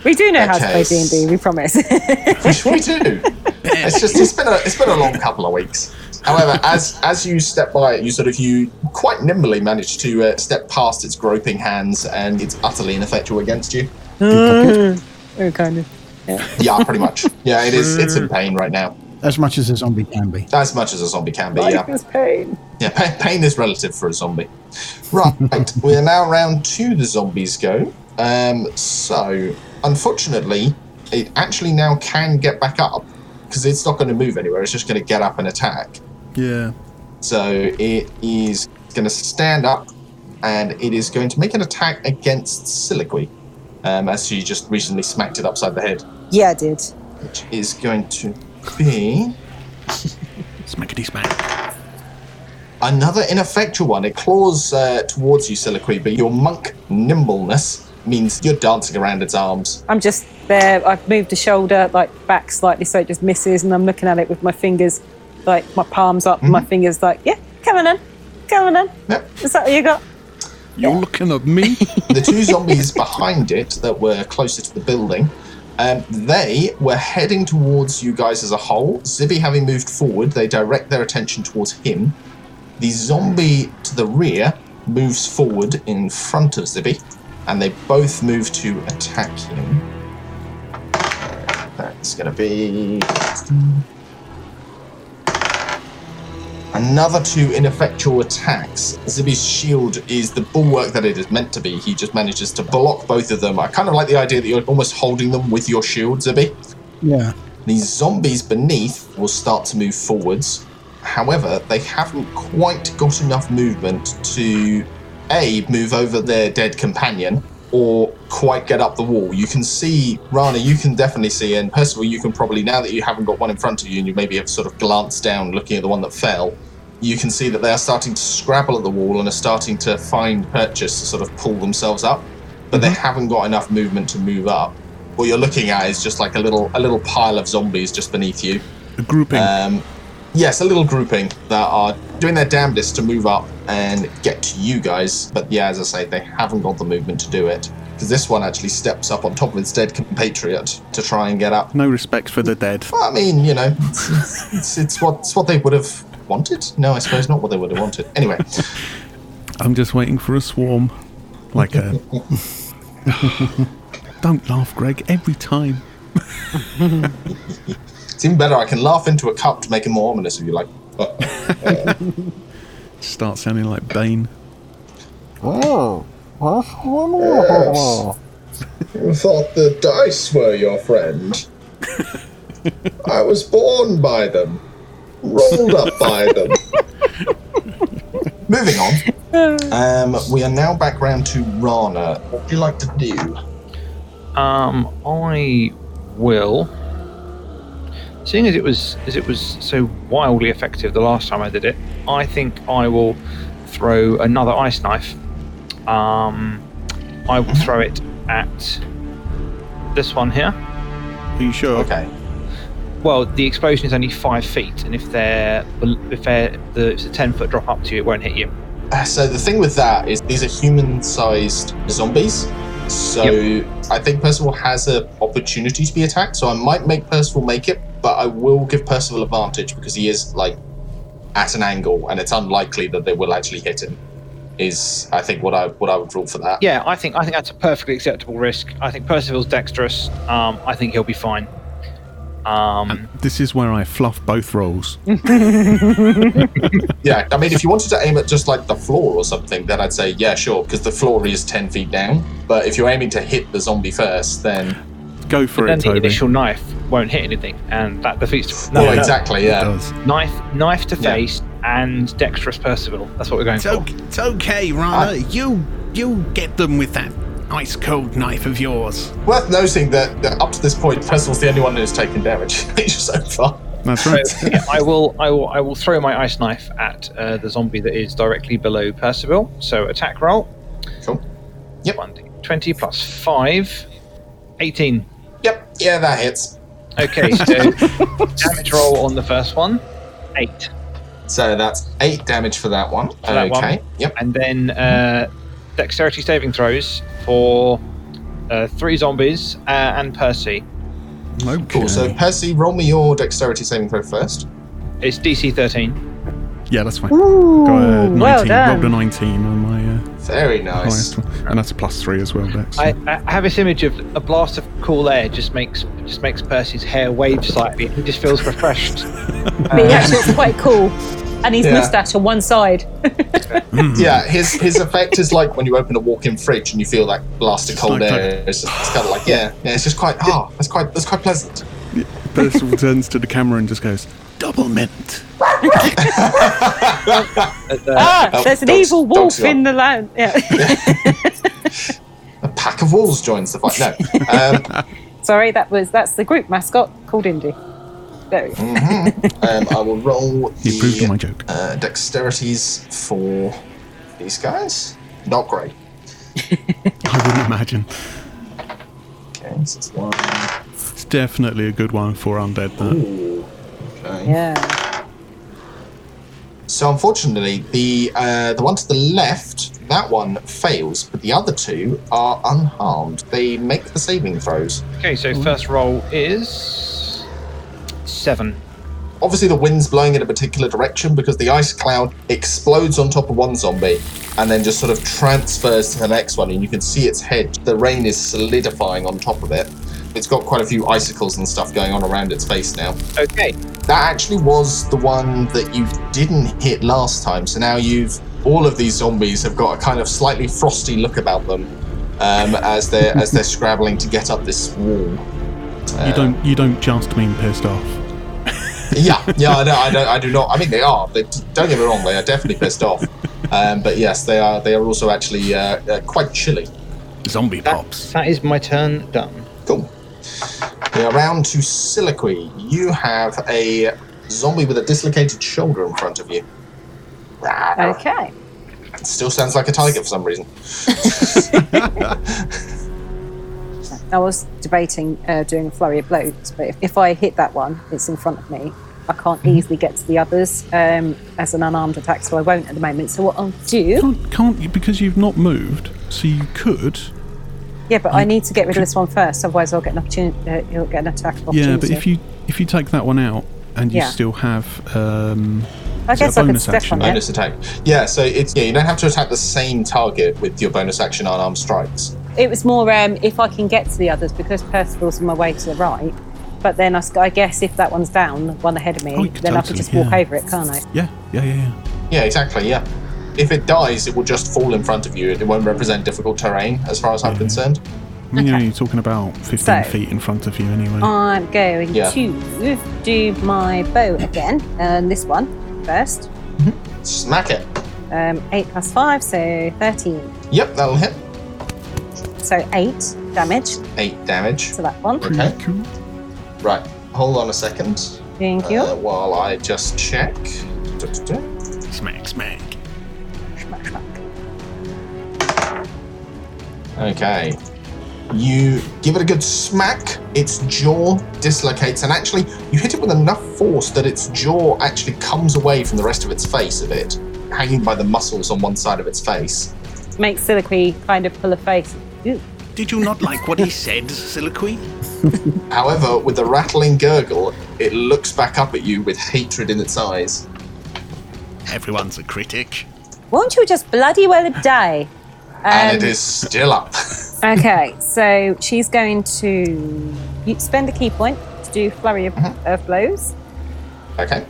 Speaker 4: We do know how to
Speaker 12: Okay.
Speaker 4: play D and D. We promise. <laughs>
Speaker 12: which we do. It's just it's been a it's been a long couple of weeks. However, as as you step by it, you sort of you quite nimbly manage to uh, step past its groping hands, and it's utterly ineffectual against you.
Speaker 4: We're Oh, kind of.
Speaker 12: Yeah, pretty much. Yeah, it is. It's in pain right now,
Speaker 8: As much as a zombie can be.
Speaker 12: as much as a zombie can be.
Speaker 4: Life
Speaker 12: Yeah,
Speaker 4: is pain.
Speaker 12: <laughs> yeah. Pain, pain is relative for a zombie. Right, we are now round two. The zombies go. Um, so, unfortunately, it actually now can get back up because it's not going to move anywhere. It's just going to get up and attack.
Speaker 3: Yeah.
Speaker 12: So it is going to stand up, and it is going to make an attack against Siliqui, um, as she just recently smacked it upside the head,
Speaker 4: Yeah, I did.
Speaker 12: which is going to be
Speaker 3: Smackety smack.
Speaker 12: another ineffectual one. It claws uh, towards you, Siliqui, but your monk nimbleness means you're dancing around its arms.
Speaker 4: I'm just there. I've moved the shoulder like back slightly so it just misses, and I'm looking at it with my fingers, like my palms up, and my fingers like, yeah, come on in, come on in.
Speaker 12: Yep.
Speaker 4: Is that what you got?
Speaker 3: You're looking at
Speaker 12: <laughs>
Speaker 3: me.
Speaker 12: the two zombies behind it that were closer to the building, um, they were heading towards you guys as a whole. Zibby having moved forward, they direct their attention towards him. The zombie to the rear moves forward in front of Zibby, and they both move to attack him. That's going to be. Another two ineffectual attacks. Zibby's shield is the bulwark that it is meant to be. He just manages to block both of them. I kind of like the idea that you're almost holding them with your shield, Zibby.
Speaker 8: Yeah.
Speaker 12: These zombies beneath will start to move forwards. However, they haven't quite got enough movement to A, move over their dead companion, or quite get up the wall. You can see, Rana, you can definitely see, and Percival, you can probably, now that you haven't got one in front of you and you maybe have sort of glanced down looking at the one that fell, you can see that they are starting to scrabble at the wall and are starting to find purchase to sort of pull themselves up, but they haven't got enough movement to move up. what you're looking at is just like a little a little pile of zombies just beneath you.
Speaker 3: A grouping.
Speaker 12: Um, yes, a little grouping that are doing their damnedest to move up and get to you guys. But yeah, as I say, they haven't got the movement to do it. Because this one actually steps up on top of his dead compatriot to try and get up.
Speaker 3: no respect for the dead.
Speaker 12: Well, I mean, you know, it's, it's, it's, it's, what, it's what they would have wanted. No, I suppose not what they would have wanted. Anyway,
Speaker 3: I'm just waiting for a swarm. Like
Speaker 12: <laughs>
Speaker 3: a. Don't laugh, Greg. Every time.
Speaker 12: it's even better. I can laugh into a cup to make it more ominous if you like.
Speaker 3: Start sounding like Bane.
Speaker 14: Oh, that's one more.
Speaker 12: Oh. You thought the dice were your friend. I was born by them, rolled up by them. Moving on. Um, we are now back round to Rana. What would you like to do?
Speaker 5: Um, I will. Seeing as it was as it was so wildly effective the last time I did it, I think I will throw another ice knife. Um, I will throw it at this one here.
Speaker 3: Are you sure?
Speaker 12: Okay.
Speaker 5: Well, the explosion is only five feet, and if they're if they're the, it's a ten foot drop up to you, it won't hit you.
Speaker 12: Uh, So the thing with that is these are human-sized zombies. So I think Percival has an opportunity to be attacked. So I might make Percival make it, but I will give Percival advantage because he is like at an angle, and it's unlikely that they will actually hit him. Is I think what I what I would rule for that.
Speaker 5: Yeah, I think I think that's a perfectly acceptable risk. I think Percival's dexterous. Um, I think he'll be fine. Um,
Speaker 3: This is where I fluff both rolls.
Speaker 12: Yeah, I mean, if you wanted to aim at just like the floor or something, then I'd say yeah, sure, because the floor is ten feet down. But if you're aiming to hit the zombie first, then
Speaker 3: Go for
Speaker 5: then
Speaker 3: it,
Speaker 5: the
Speaker 3: Toby.
Speaker 5: initial knife won't hit anything, and that defeats.
Speaker 12: well, exactly, yeah.
Speaker 3: Does.
Speaker 5: Knife, knife to
Speaker 12: Yeah.
Speaker 5: face, and dexterous Percival. That's what we're going
Speaker 1: It's,
Speaker 5: for.
Speaker 1: okay, it's okay, Rana. you you get them with that ice cold knife of yours.
Speaker 12: Worth noting that, that up to this point, Percival's the only one who's taken damage <laughs> so far.
Speaker 3: That's right.
Speaker 5: Yeah, I will, I will, I will throw my ice knife at uh, the zombie that is directly below Percival. So attack roll.
Speaker 12: Cool. Yep.
Speaker 5: One d- Twenty plus five. 18.
Speaker 12: Yep. Yeah, that hits. <laughs>
Speaker 5: Okay, so damage roll on the first one. Eight.
Speaker 12: So that's eight damage for that one.
Speaker 5: for that
Speaker 12: okay.
Speaker 5: one.
Speaker 12: Yep.
Speaker 5: And then uh, dexterity saving throws for uh, three zombies uh, and Percy.
Speaker 3: Okay.
Speaker 12: Cool. So Percy, roll me your dexterity saving throw first.
Speaker 5: It's DC 13.
Speaker 3: yeah, that's fine. Got a 19.
Speaker 4: well
Speaker 3: Rolled a
Speaker 4: done.
Speaker 3: 19 on my uh,
Speaker 12: Very nice.
Speaker 3: highest one. And that's a plus three as well, Dex.
Speaker 5: I, I have this image of a blast of cool air just makes just makes Percy's hair wave slightly. He just feels <laughs> refreshed.
Speaker 4: But he actually looks quite cool. And his
Speaker 12: Yeah.
Speaker 4: moustache on one side.
Speaker 12: Yeah. His his effect is like when you open a walk-in fridge and you feel that blast of cold
Speaker 3: like-
Speaker 12: air. It's, just, it's kind of like yeah, yeah. It's just quite ah. that's quite that's quite pleasant.
Speaker 3: <laughs> Percival turns to the camera and just goes, Double mint.
Speaker 5: At the-
Speaker 4: ah, <laughs>
Speaker 12: Oh,
Speaker 4: there's an
Speaker 12: dogs-
Speaker 4: evil
Speaker 12: dogs
Speaker 4: wolf
Speaker 12: are-
Speaker 4: in the land. Yeah.
Speaker 12: A pack of wolves joins the fight. No. Um,
Speaker 4: Sorry, that was that's the group mascot called Indy. There we
Speaker 3: Hmm.
Speaker 4: go.
Speaker 12: um, I will roll the
Speaker 3: You proved my joke. <laughs>
Speaker 12: uh, dexterities for these guys. Not great.
Speaker 3: I wouldn't imagine.
Speaker 12: Okay, so it's one.
Speaker 3: It's definitely a good one for undead, that.
Speaker 12: Okay.
Speaker 4: Yeah.
Speaker 12: So unfortunately, the uh, the one to the left, that one fails, but the other two are unharmed. They make the saving throws.
Speaker 5: okay, so first roll is seven.
Speaker 12: Obviously, the wind's blowing in a particular direction because the ice cloud explodes on top of one zombie and then just sort of transfers to the next one, and you can see its head. The rain is solidifying on top of it. It's got quite a few icicles and stuff going on around its face now.
Speaker 5: Okay,
Speaker 12: That actually was the one that you didn't hit last time. So now you've all of these zombies have got a kind of slightly frosty look about them um, as they're as they're scrabbling to get up this wall.
Speaker 3: You don't you don't just mean pissed off.
Speaker 12: Yeah, yeah, I know, I know, I do not. I mean, they are. They, don't get me wrong; they are definitely pissed off. Um, but yes, they are. They are also actually uh, uh, quite chilly.
Speaker 3: Zombie pops.
Speaker 5: that is my turn done.
Speaker 12: Cool. We are round to Siliqui. You have a zombie with a dislocated shoulder in front of you. Ah,
Speaker 4: Okay.
Speaker 12: Still sounds like a tiger for some reason.
Speaker 4: I was debating uh, doing a flurry of blows, but if, if I hit that one, it's in front of me. I can't
Speaker 3: Hmm.
Speaker 4: easily get to the others um, as an unarmed attack, so I won't at the moment. So what I'll do,
Speaker 3: Can't, can't you? Because you've not moved, so you could.
Speaker 4: yeah, but I need to get rid of this one first, otherwise I'll get an opportunity. Uh, he'll get an attack of opportunity.
Speaker 3: Yeah, but if you if you take that one out and you
Speaker 4: Yeah.
Speaker 3: still have, um,
Speaker 4: I
Speaker 3: is it a
Speaker 4: guess I could
Speaker 3: bonus
Speaker 4: step
Speaker 3: action?
Speaker 4: on it.
Speaker 12: Bonus attack. Yeah, so it's yeah, you don't have to attack the same target with your bonus action unarmed strikes.
Speaker 4: It was more um, if I can get to the others because Percival's on my way to the right. But then I, s- I guess if that one's down, the one ahead of me,
Speaker 3: Oh, you
Speaker 4: then
Speaker 3: could
Speaker 4: I could
Speaker 3: totally,
Speaker 4: just walk
Speaker 3: yeah.
Speaker 4: over it, can't I?
Speaker 3: Yeah, yeah, yeah, yeah.
Speaker 12: Yeah, exactly. Yeah. If it dies, it will just fall in front of you. It won't represent difficult terrain, as far as I'm concerned.
Speaker 3: I mean, you know, you're talking about 15
Speaker 4: So-
Speaker 3: feet in front of you anyway.
Speaker 12: Oh.
Speaker 4: I'm going
Speaker 12: Yeah.
Speaker 4: to do my bow again, and this one first.
Speaker 12: Smack it.
Speaker 4: Um, 8 plus 5, so 13.
Speaker 12: Yep, that'll hit.
Speaker 4: So 8 damage
Speaker 12: Eight damage.
Speaker 4: to that one.
Speaker 12: Okay. Right. Hold on a second.
Speaker 4: Thank you.
Speaker 12: Uh, while I just check. Du-du-du.
Speaker 3: Smack, smack.
Speaker 4: Schmack, schmack.
Speaker 12: Okay. You give it a good smack, its jaw dislocates, and actually, you hit it with enough force that its jaw actually comes away from the rest of its face a bit, hanging by the muscles on one side of its face.
Speaker 4: Makes Siliqui kind of pull a face. Ooh.
Speaker 1: Did you not like what he said, Soliloquy?
Speaker 12: However, with a rattling gurgle, it looks back up at you with hatred in its eyes.
Speaker 1: Everyone's a critic.
Speaker 4: Won't you just bloody well die?
Speaker 12: and it
Speaker 4: Um,
Speaker 12: is still up. <laughs>
Speaker 4: Okay, so she's going to you- spend a key point to do flurry of,
Speaker 12: Mm-hmm.
Speaker 4: of blows,
Speaker 12: okay.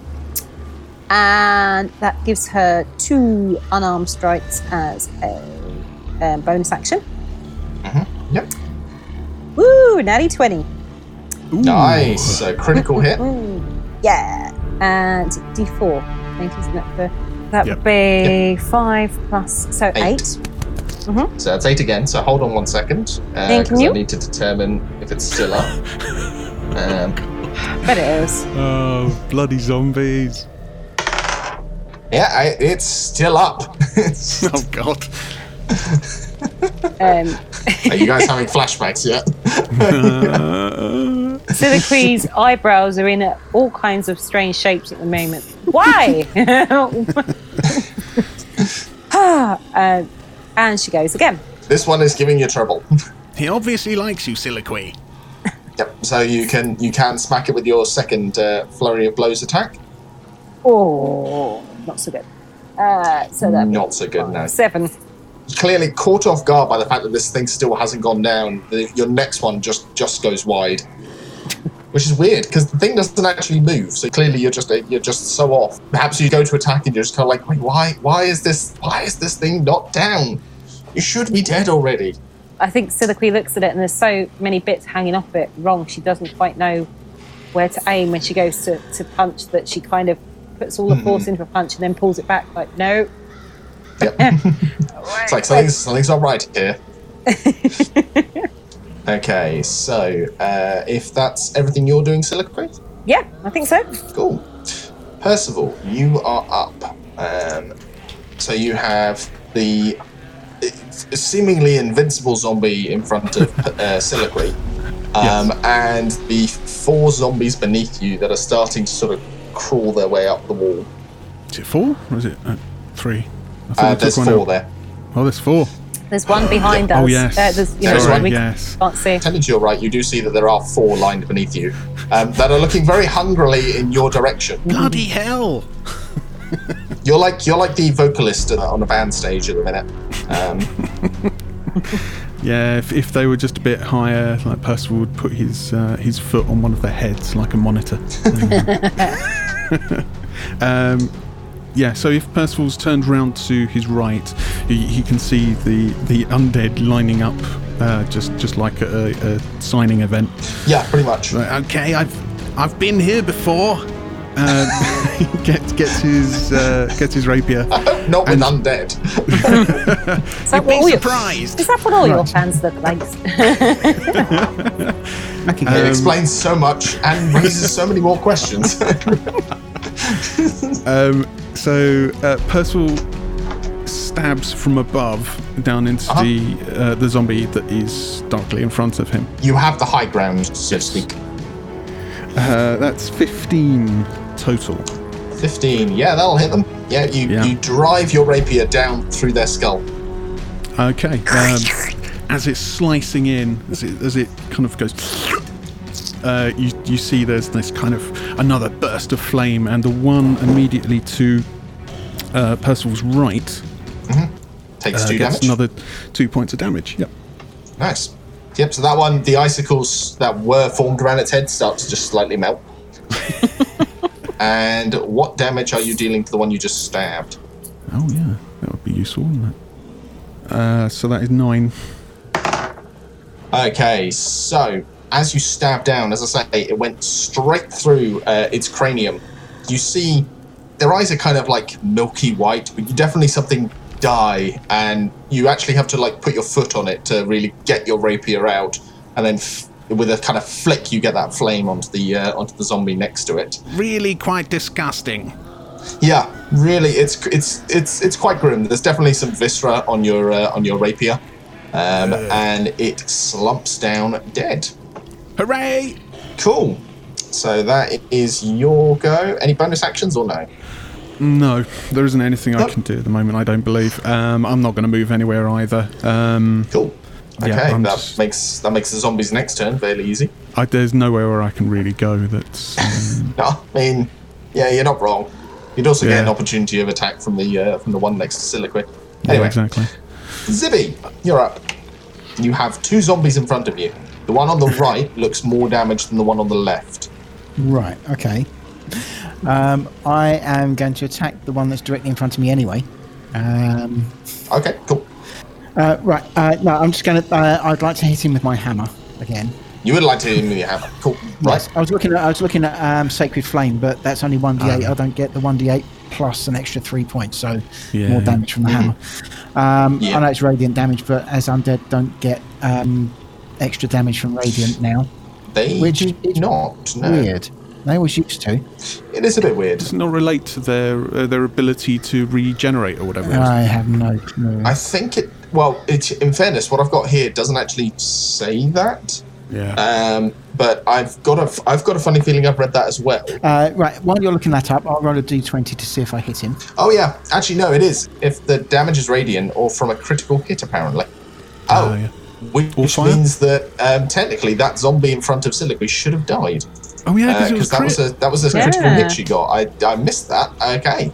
Speaker 4: and that gives her two unarmed strikes as a um, bonus action.
Speaker 12: Yep.
Speaker 4: Woo, natty twenty.
Speaker 12: Nice. So critical hit.
Speaker 4: Ooh, yeah, and D four. I think isn't that the that
Speaker 3: Yep.
Speaker 4: would be five plus so
Speaker 12: Eight.
Speaker 4: eight.
Speaker 12: So that's eight again. So hold on one second.
Speaker 4: Thank
Speaker 12: Because I
Speaker 4: you.
Speaker 12: need to determine if it's
Speaker 4: <laughs>
Speaker 12: still up. um,
Speaker 4: But it is.
Speaker 3: Oh, bloody zombies.
Speaker 12: yeah, I, it's still up. <laughs> It's-
Speaker 1: Oh, God.
Speaker 4: Um,
Speaker 3: <laughs>
Speaker 12: Are you guys having flashbacks yet?
Speaker 4: Siliqui's eyebrows are in all kinds of strange shapes at the moment. Why? <laughs> uh, and she goes again.
Speaker 12: This one is giving you trouble. <laughs>
Speaker 1: He obviously likes you, Soliloquy.
Speaker 12: yep. So you can you can smack it with your second uh, flurry of blows attack.
Speaker 4: Oh, not so good. Uh, so that
Speaker 12: Not so good now.
Speaker 4: seven.
Speaker 12: Clearly caught off guard by the fact that this thing still hasn't gone down. The- your next one just just goes wide, which is weird because the thing doesn't actually move. So clearly you're just you're just so off. Perhaps you go to attack and you're just kind of like, wait, why why is this why is this thing not down? You should be dead already.
Speaker 4: I think Siliqui looks at it and there's so many bits hanging off it wrong. She doesn't quite know where to aim when she goes to, to punch that she kind of puts
Speaker 3: Mm-hmm.
Speaker 4: all the force into a punch and then pulls it back like, no.
Speaker 12: It's like something's, something's not right here. okay, so uh, if that's everything you're doing, Soliloquy,
Speaker 4: Yeah, I think so.
Speaker 12: cool. Percival, you are up. Um, so you have the uh, seemingly invincible zombie in front of <laughs> uh, Soliloquy, um, and the four zombies beneath you that are starting to sort of crawl their way up the wall.
Speaker 3: Is it four or is it uh, three? I thought
Speaker 12: Uh,
Speaker 3: I took
Speaker 12: there's
Speaker 3: one
Speaker 12: four
Speaker 3: out.
Speaker 12: there.
Speaker 3: Oh, there's four.
Speaker 4: There's one behind us.
Speaker 3: Oh, yes.
Speaker 4: Uh, there's, you know,
Speaker 12: There's
Speaker 4: one
Speaker 12: one.
Speaker 4: we
Speaker 3: Yes.
Speaker 4: can't see.
Speaker 12: Turning to your right, you do see that there are four lined beneath you um, that are looking very hungrily in your direction.
Speaker 1: Bloody hell!
Speaker 12: You're like you're like the vocalist uh, on a band stage at the minute. Um,
Speaker 3: Yeah, if, if they were just a bit higher, like Percival would put his uh, his foot on one of their heads like a monitor. <laughs> um, yeah, so if Percival's turned round to his right, he, he can see the, the undead lining up, uh, just just like at a, a signing event.
Speaker 12: yeah, pretty much.
Speaker 1: But okay, I've I've been here
Speaker 3: <laughs>
Speaker 1: before.
Speaker 3: Uh, he gets gets his uh, gets his rapier.
Speaker 12: Not with undead.
Speaker 4: Is that, what
Speaker 1: Be
Speaker 4: all your,
Speaker 1: surprised.
Speaker 4: is that what all your fans
Speaker 1: <laughs>
Speaker 4: look like?
Speaker 12: it
Speaker 3: Um,
Speaker 12: explains so much and raises so many
Speaker 3: <laughs>
Speaker 12: more questions.
Speaker 3: Um, so uh, Percival stabs from above down into
Speaker 12: Uh-huh.
Speaker 3: the uh, the zombie that is darkly in front of him.
Speaker 12: You have the high ground, so to speak.
Speaker 3: Uh, that's 15 total.
Speaker 12: 15. Yeah, that'll hit them. Yeah, you,
Speaker 3: Yeah.
Speaker 12: you drive your rapier down through their skull.
Speaker 3: Okay. Um, as it's slicing in, as it, as it kind of goes, uh, you, you see there's this kind of another burst of flame, and the one immediately to uh, Percival's right
Speaker 12: Takes
Speaker 3: uh,
Speaker 12: two
Speaker 3: gets
Speaker 12: damage.
Speaker 3: another two points of damage. Yep.
Speaker 12: Nice. Yep, so that one, the icicles that were formed around its head start to just
Speaker 3: <laughs>
Speaker 12: slightly melt. and what damage are you dealing to the one you just stabbed?
Speaker 3: Oh, yeah. That would be useful, wouldn't it? Uh, so that is nine.
Speaker 12: Okay, so as you stab down, as I say, it went straight through uh, its cranium. You see their eyes are kind of like milky white, but you definitely something die, and you actually have to like put your foot on it to really get your rapier out, and then f- with a kind of flick, you get that flame onto the uh, onto the zombie next to it.
Speaker 1: Really quite
Speaker 3: <laughs>
Speaker 1: disgusting.
Speaker 12: Yeah, really, it's it's it's it's quite grim. There's definitely some viscera on your uh, on your rapier, um, and it slumps down dead.
Speaker 1: Hooray!
Speaker 12: Cool. So that is your go. Any bonus actions or no?
Speaker 3: No, there isn't anything I
Speaker 12: Nope.
Speaker 3: can do at the moment, I don't believe. Um, I'm not going to move anywhere either. Um,
Speaker 12: Cool. Okay,
Speaker 3: Yeah, I'm
Speaker 12: that
Speaker 3: just-
Speaker 12: makes that makes the zombies' next turn fairly easy. <laughs>
Speaker 3: I, there's nowhere where I can really go that's.
Speaker 12: No, I mean, yeah, you're not wrong. You'd also get an
Speaker 3: Yeah.
Speaker 12: opportunity of attack from the uh, from the one next to Soliloquy. Anyway,
Speaker 3: Yeah, exactly.
Speaker 12: Zibby, you're up. You have two zombies in front of you. The one on the <laughs> right looks more damaged than the one on the left.
Speaker 13: Right. Okay. Um, I am going to attack the one that's directly in front of me anyway. Um,
Speaker 12: Okay, cool.
Speaker 13: uh, right. Uh, no, I'm just going to. Uh, I'd like to hit him with my hammer again.
Speaker 12: You would like to hit him with your hammer. Cool. Right.
Speaker 13: Yes, I was looking at. I was looking at um, Sacred Flame, but that's only one d8. I don't get the one d8 plus an extra three points, so
Speaker 3: Yeah.
Speaker 13: more damage from the hammer. Um,
Speaker 12: Yeah.
Speaker 13: I know it's radiant damage, but as undead, don't get um, extra damage from radiant now.
Speaker 12: They
Speaker 13: Which is-
Speaker 12: did not. No.
Speaker 13: Weird. They always used to.
Speaker 12: It is a bit weird.
Speaker 3: Does it not relate to their uh, their ability to regenerate or whatever. it is?
Speaker 13: I have no clue.
Speaker 12: I think it. Well, it, in fairness, what I've got here doesn't actually say that.
Speaker 3: yeah.
Speaker 12: Um, but I've got a. I've got a funny feeling I've read that as well.
Speaker 13: Uh, right, while you're looking that up, I'll roll a d20 to see if I hit him.
Speaker 12: Oh yeah, actually no, it is. If the damage is radiant or from a critical hit, apparently. Oh,
Speaker 3: Oh, yeah.
Speaker 12: which,
Speaker 3: Or
Speaker 12: which
Speaker 3: fire.
Speaker 12: means that um, technically that zombie in front of Siliqui should have died
Speaker 3: oh yeah, because it
Speaker 12: because
Speaker 3: was
Speaker 12: uh, that
Speaker 3: crit.
Speaker 12: was a that was a critical
Speaker 9: Yeah.
Speaker 12: hit she got. I I missed that. Okay.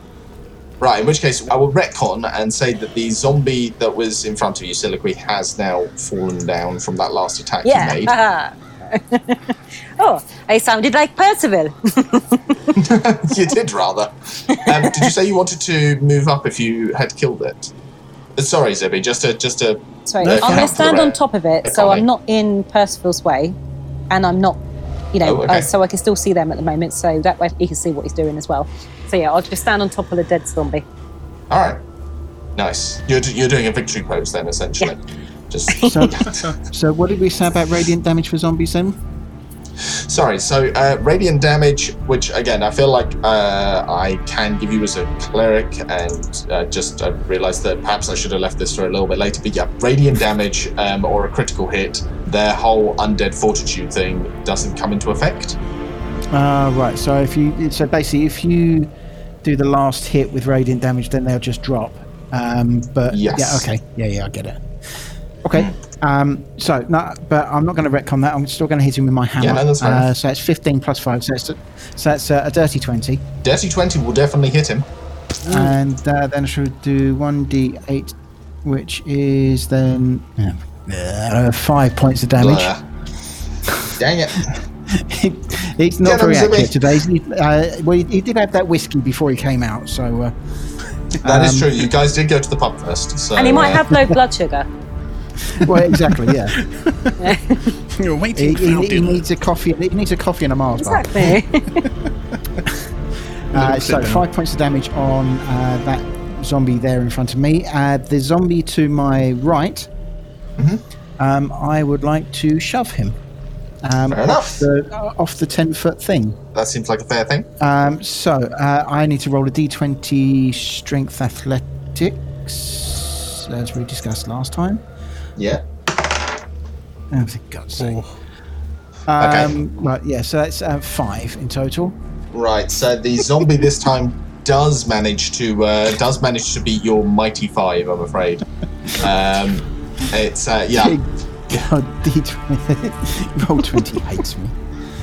Speaker 12: Right, in which case I will retcon and say that the zombie that was in front of you, Siliqui, has now fallen down from that last attack you made. <laughs>
Speaker 4: Yeah. <laughs> oh, I sounded like Percival.
Speaker 12: you did rather. Um, did you say you wanted to move up if you had killed it? Uh, Sorry, Zibby. Just to just to
Speaker 4: Sorry,
Speaker 12: Okay.
Speaker 4: I'm going to stand on top of it, so
Speaker 12: Okay.
Speaker 4: I'm not in Percival's way, and I'm not, you know,
Speaker 12: Oh, okay.
Speaker 4: uh, so I can still see them at the moment, so that way he can see what he's doing as well. So yeah, I'll just stand on top of the dead zombie.
Speaker 12: All right. Nice. You're, d- you're doing a victory pose then, essentially. Just <laughs>
Speaker 13: So, so what did we say about radiant damage for zombies then?
Speaker 12: sorry. So uh, radiant damage, which again I feel like uh, I can give you as a cleric, and uh, just I realised that perhaps I should have left this for a little bit later. But yeah, radiant damage um, or a critical hit, their whole undead fortitude thing doesn't come into effect.
Speaker 13: Uh, right, so if you, so basically, if you do the last hit with radiant damage, then they'll just drop. Um, but
Speaker 12: Yes.
Speaker 13: yeah, okay, yeah, yeah, I get it. Okay, um, so no, but I'm not going to retcon that. I'm still going to hit him with my hammer.
Speaker 12: Yeah, no, that's fair
Speaker 13: uh,
Speaker 12: enough.
Speaker 13: so it's 15 plus five, so it's so that's uh, a dirty 20.
Speaker 12: Dirty twenty will definitely hit him.
Speaker 13: and uh, then I should do 1d8, which is then uh, five points of damage.
Speaker 12: Blah. uh, Dang it!
Speaker 13: He's not
Speaker 12: Get him,
Speaker 13: very
Speaker 12: Zimmy.
Speaker 13: accurate today. He, uh, well, he, he did have that whiskey before he came out, so uh,
Speaker 12: That is true. You guys did go to the pub first, so
Speaker 4: And he might
Speaker 12: uh,
Speaker 4: have low blood
Speaker 12: <laughs>
Speaker 4: sugar.
Speaker 13: well, exactly, yeah.
Speaker 1: You're
Speaker 13: he,
Speaker 1: waiting for
Speaker 13: he, he
Speaker 1: Albion.
Speaker 13: needs a coffee. He needs a coffee and a Mars
Speaker 4: <laughs>
Speaker 13: bar.
Speaker 4: Exactly.
Speaker 13: Uh, so five points of damage on uh, that zombie there in front of me. Uh, the zombie to my right.
Speaker 12: Mm-hmm.
Speaker 13: Um, I would like to shove him. Um,
Speaker 12: Fair
Speaker 13: off
Speaker 12: enough.
Speaker 13: the uh, off the ten foot thing.
Speaker 12: that seems like a fair thing.
Speaker 13: Um, so uh, I need to roll a d20 strength athletic. six, as we discussed last time.
Speaker 12: Yeah.
Speaker 13: Oh, for God's sake.
Speaker 12: Okay.
Speaker 13: Um, Right, yeah, so that's uh, five in total.
Speaker 12: Right. So the zombie this time does manage to uh, does manage to beat your mighty five. I'm afraid. Um, it's uh, yeah.
Speaker 13: God, <laughs> D20. Roll 20 hates me.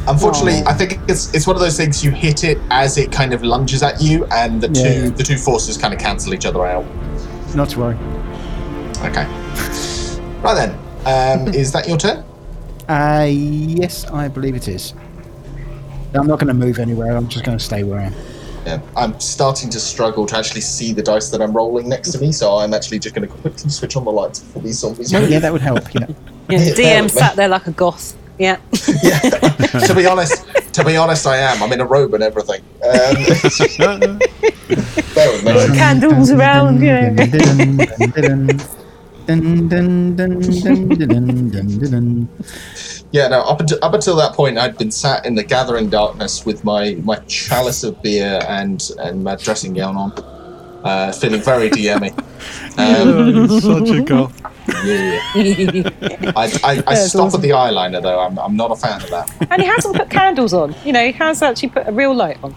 Speaker 12: Unfortunately, I think it's it's one of those things you hit it as it kind of lunges at you, and the two
Speaker 13: Yeah.
Speaker 12: the two forces kind of cancel each other out.
Speaker 13: Not to worry.
Speaker 12: Okay. Right then.
Speaker 13: <laughs>
Speaker 12: Um, is that your turn?
Speaker 13: Uh, yes, I believe it is. I'm not going to move anywhere. I'm just going to stay where I am.
Speaker 12: Yeah. I'm starting to struggle to actually see the dice that I'm rolling next to me, so I'm actually just going to quickly switch on the lights before these zombies.
Speaker 13: yeah, that would help. Yeah.
Speaker 4: Yeah,
Speaker 12: Yeah,
Speaker 4: DM
Speaker 12: apparently.
Speaker 4: sat there like a goth. Yeah.
Speaker 12: <laughs> to be honest, to be honest, I am. I'm in a robe and everything. Um, bear with
Speaker 4: <laughs>
Speaker 12: me.
Speaker 4: Candles around, you
Speaker 12: <laughs>
Speaker 4: know.
Speaker 12: Yeah, no. Up until up until that point, I'd been sat in the gathering darkness with my my chalice of beer and and my dressing gown on, uh, feeling very DMy. Um,
Speaker 3: such a goth.
Speaker 12: yeah, I, I, I stop at the eyeliner though. I'm, I'm not a fan of that.
Speaker 4: and he hasn't put candles on. You know, he has actually put a real light on.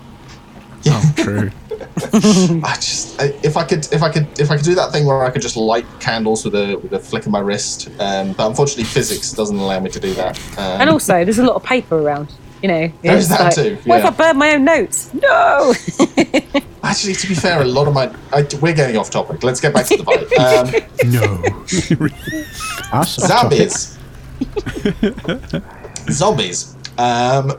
Speaker 3: Oh, true.
Speaker 12: I just I, if I could if I could if I could do that thing where I could just light candles with a with a flick of my wrist, um, but unfortunately physics doesn't allow me to do that. Um,
Speaker 4: And also, there's a lot of paper around. You know,
Speaker 12: There's
Speaker 4: it's
Speaker 12: that
Speaker 4: like,
Speaker 12: too,
Speaker 4: What if
Speaker 12: yeah.
Speaker 4: I burn my own notes? No. <laughs>
Speaker 12: Actually, to be fair, a lot of my I, we're getting off topic. Let's get back to the Um, fight. Um,
Speaker 3: No.
Speaker 12: zombies, zombies, um,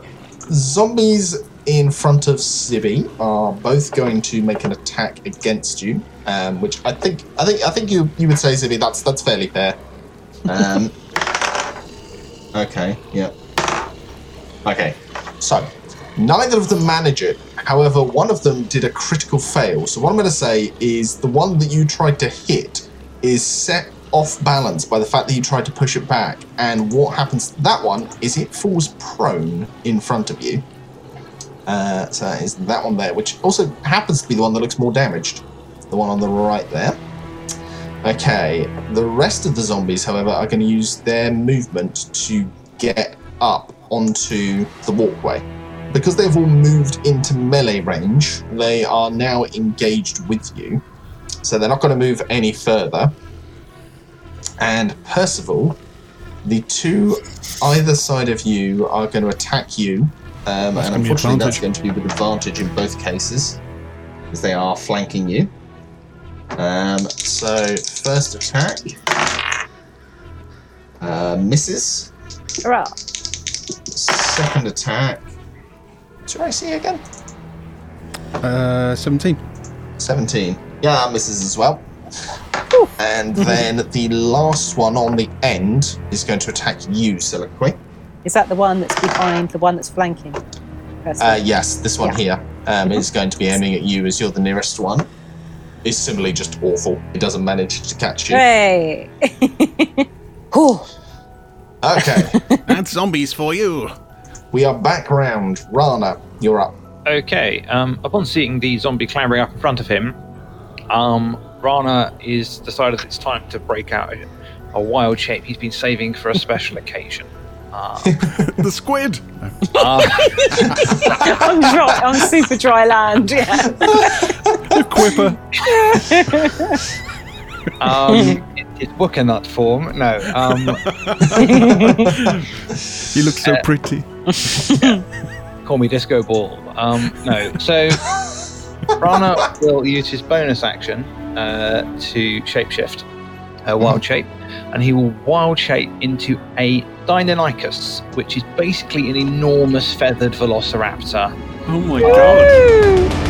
Speaker 12: zombies in front of Sibby are both going to make an attack against you, um, which I think I think I think you you would say Sibby that's that's fairly fair. Um, okay. Yep. Okay. So, neither of them manage it. However, one of them did a critical fail. So, what I'm going to say is the one that you tried to hit is set off balance by the fact that you tried to push it back. And what happens to that one is it falls prone in front of you. Uh, so, that is that one there, which also happens to be the one that looks more damaged. The one on the right there. Okay, the rest of the zombies, however, are going to use their movement to get up onto the walkway. Because they've all moved into melee range, they are now engaged with you. So they're not going to move any further. And Percival, the two either side of you are going to attack you. Um, and
Speaker 3: gonna be
Speaker 12: unfortunately, that's
Speaker 3: advantage.
Speaker 12: going to be with advantage in both cases, because they are flanking you. Um, so first attack uh, misses.
Speaker 4: Hurrah.
Speaker 12: Second attack. What's your AC again?
Speaker 1: Uh, 17.
Speaker 12: 17. Yeah, that misses as well. And then the last one on the end is going to attack you, Soliloquy.
Speaker 4: Is that the one that's behind the one that's flanking?
Speaker 12: Uh,
Speaker 4: Personally.
Speaker 12: yes, this one here um, is going to be aiming at you as you're the nearest one. It's similarly just awful. It doesn't manage to catch you.
Speaker 4: Hey. <laughs> Whew.
Speaker 12: Okay,
Speaker 1: That's zombies for you.
Speaker 12: we are back round. Rana, you're up.
Speaker 5: Okay. Um, upon seeing the zombie clambering up in front of him, um, Rana is decided it's time to break out a- a wild shape he's been saving for a special <laughs> occasion. Uh,
Speaker 3: <laughs> the squid.
Speaker 5: uh,
Speaker 4: on dry, on super dry land. Yeah.
Speaker 3: The quipper.
Speaker 5: um, it, it's book in that form. No. <laughs> Um,
Speaker 3: You look so pretty.
Speaker 5: call me disco ball. Um, no. So Rana will use his bonus action uh, to shapeshift her wild shape, and he will wild shape into a Deinonychus, which is basically an enormous feathered velociraptor.
Speaker 3: Oh my god.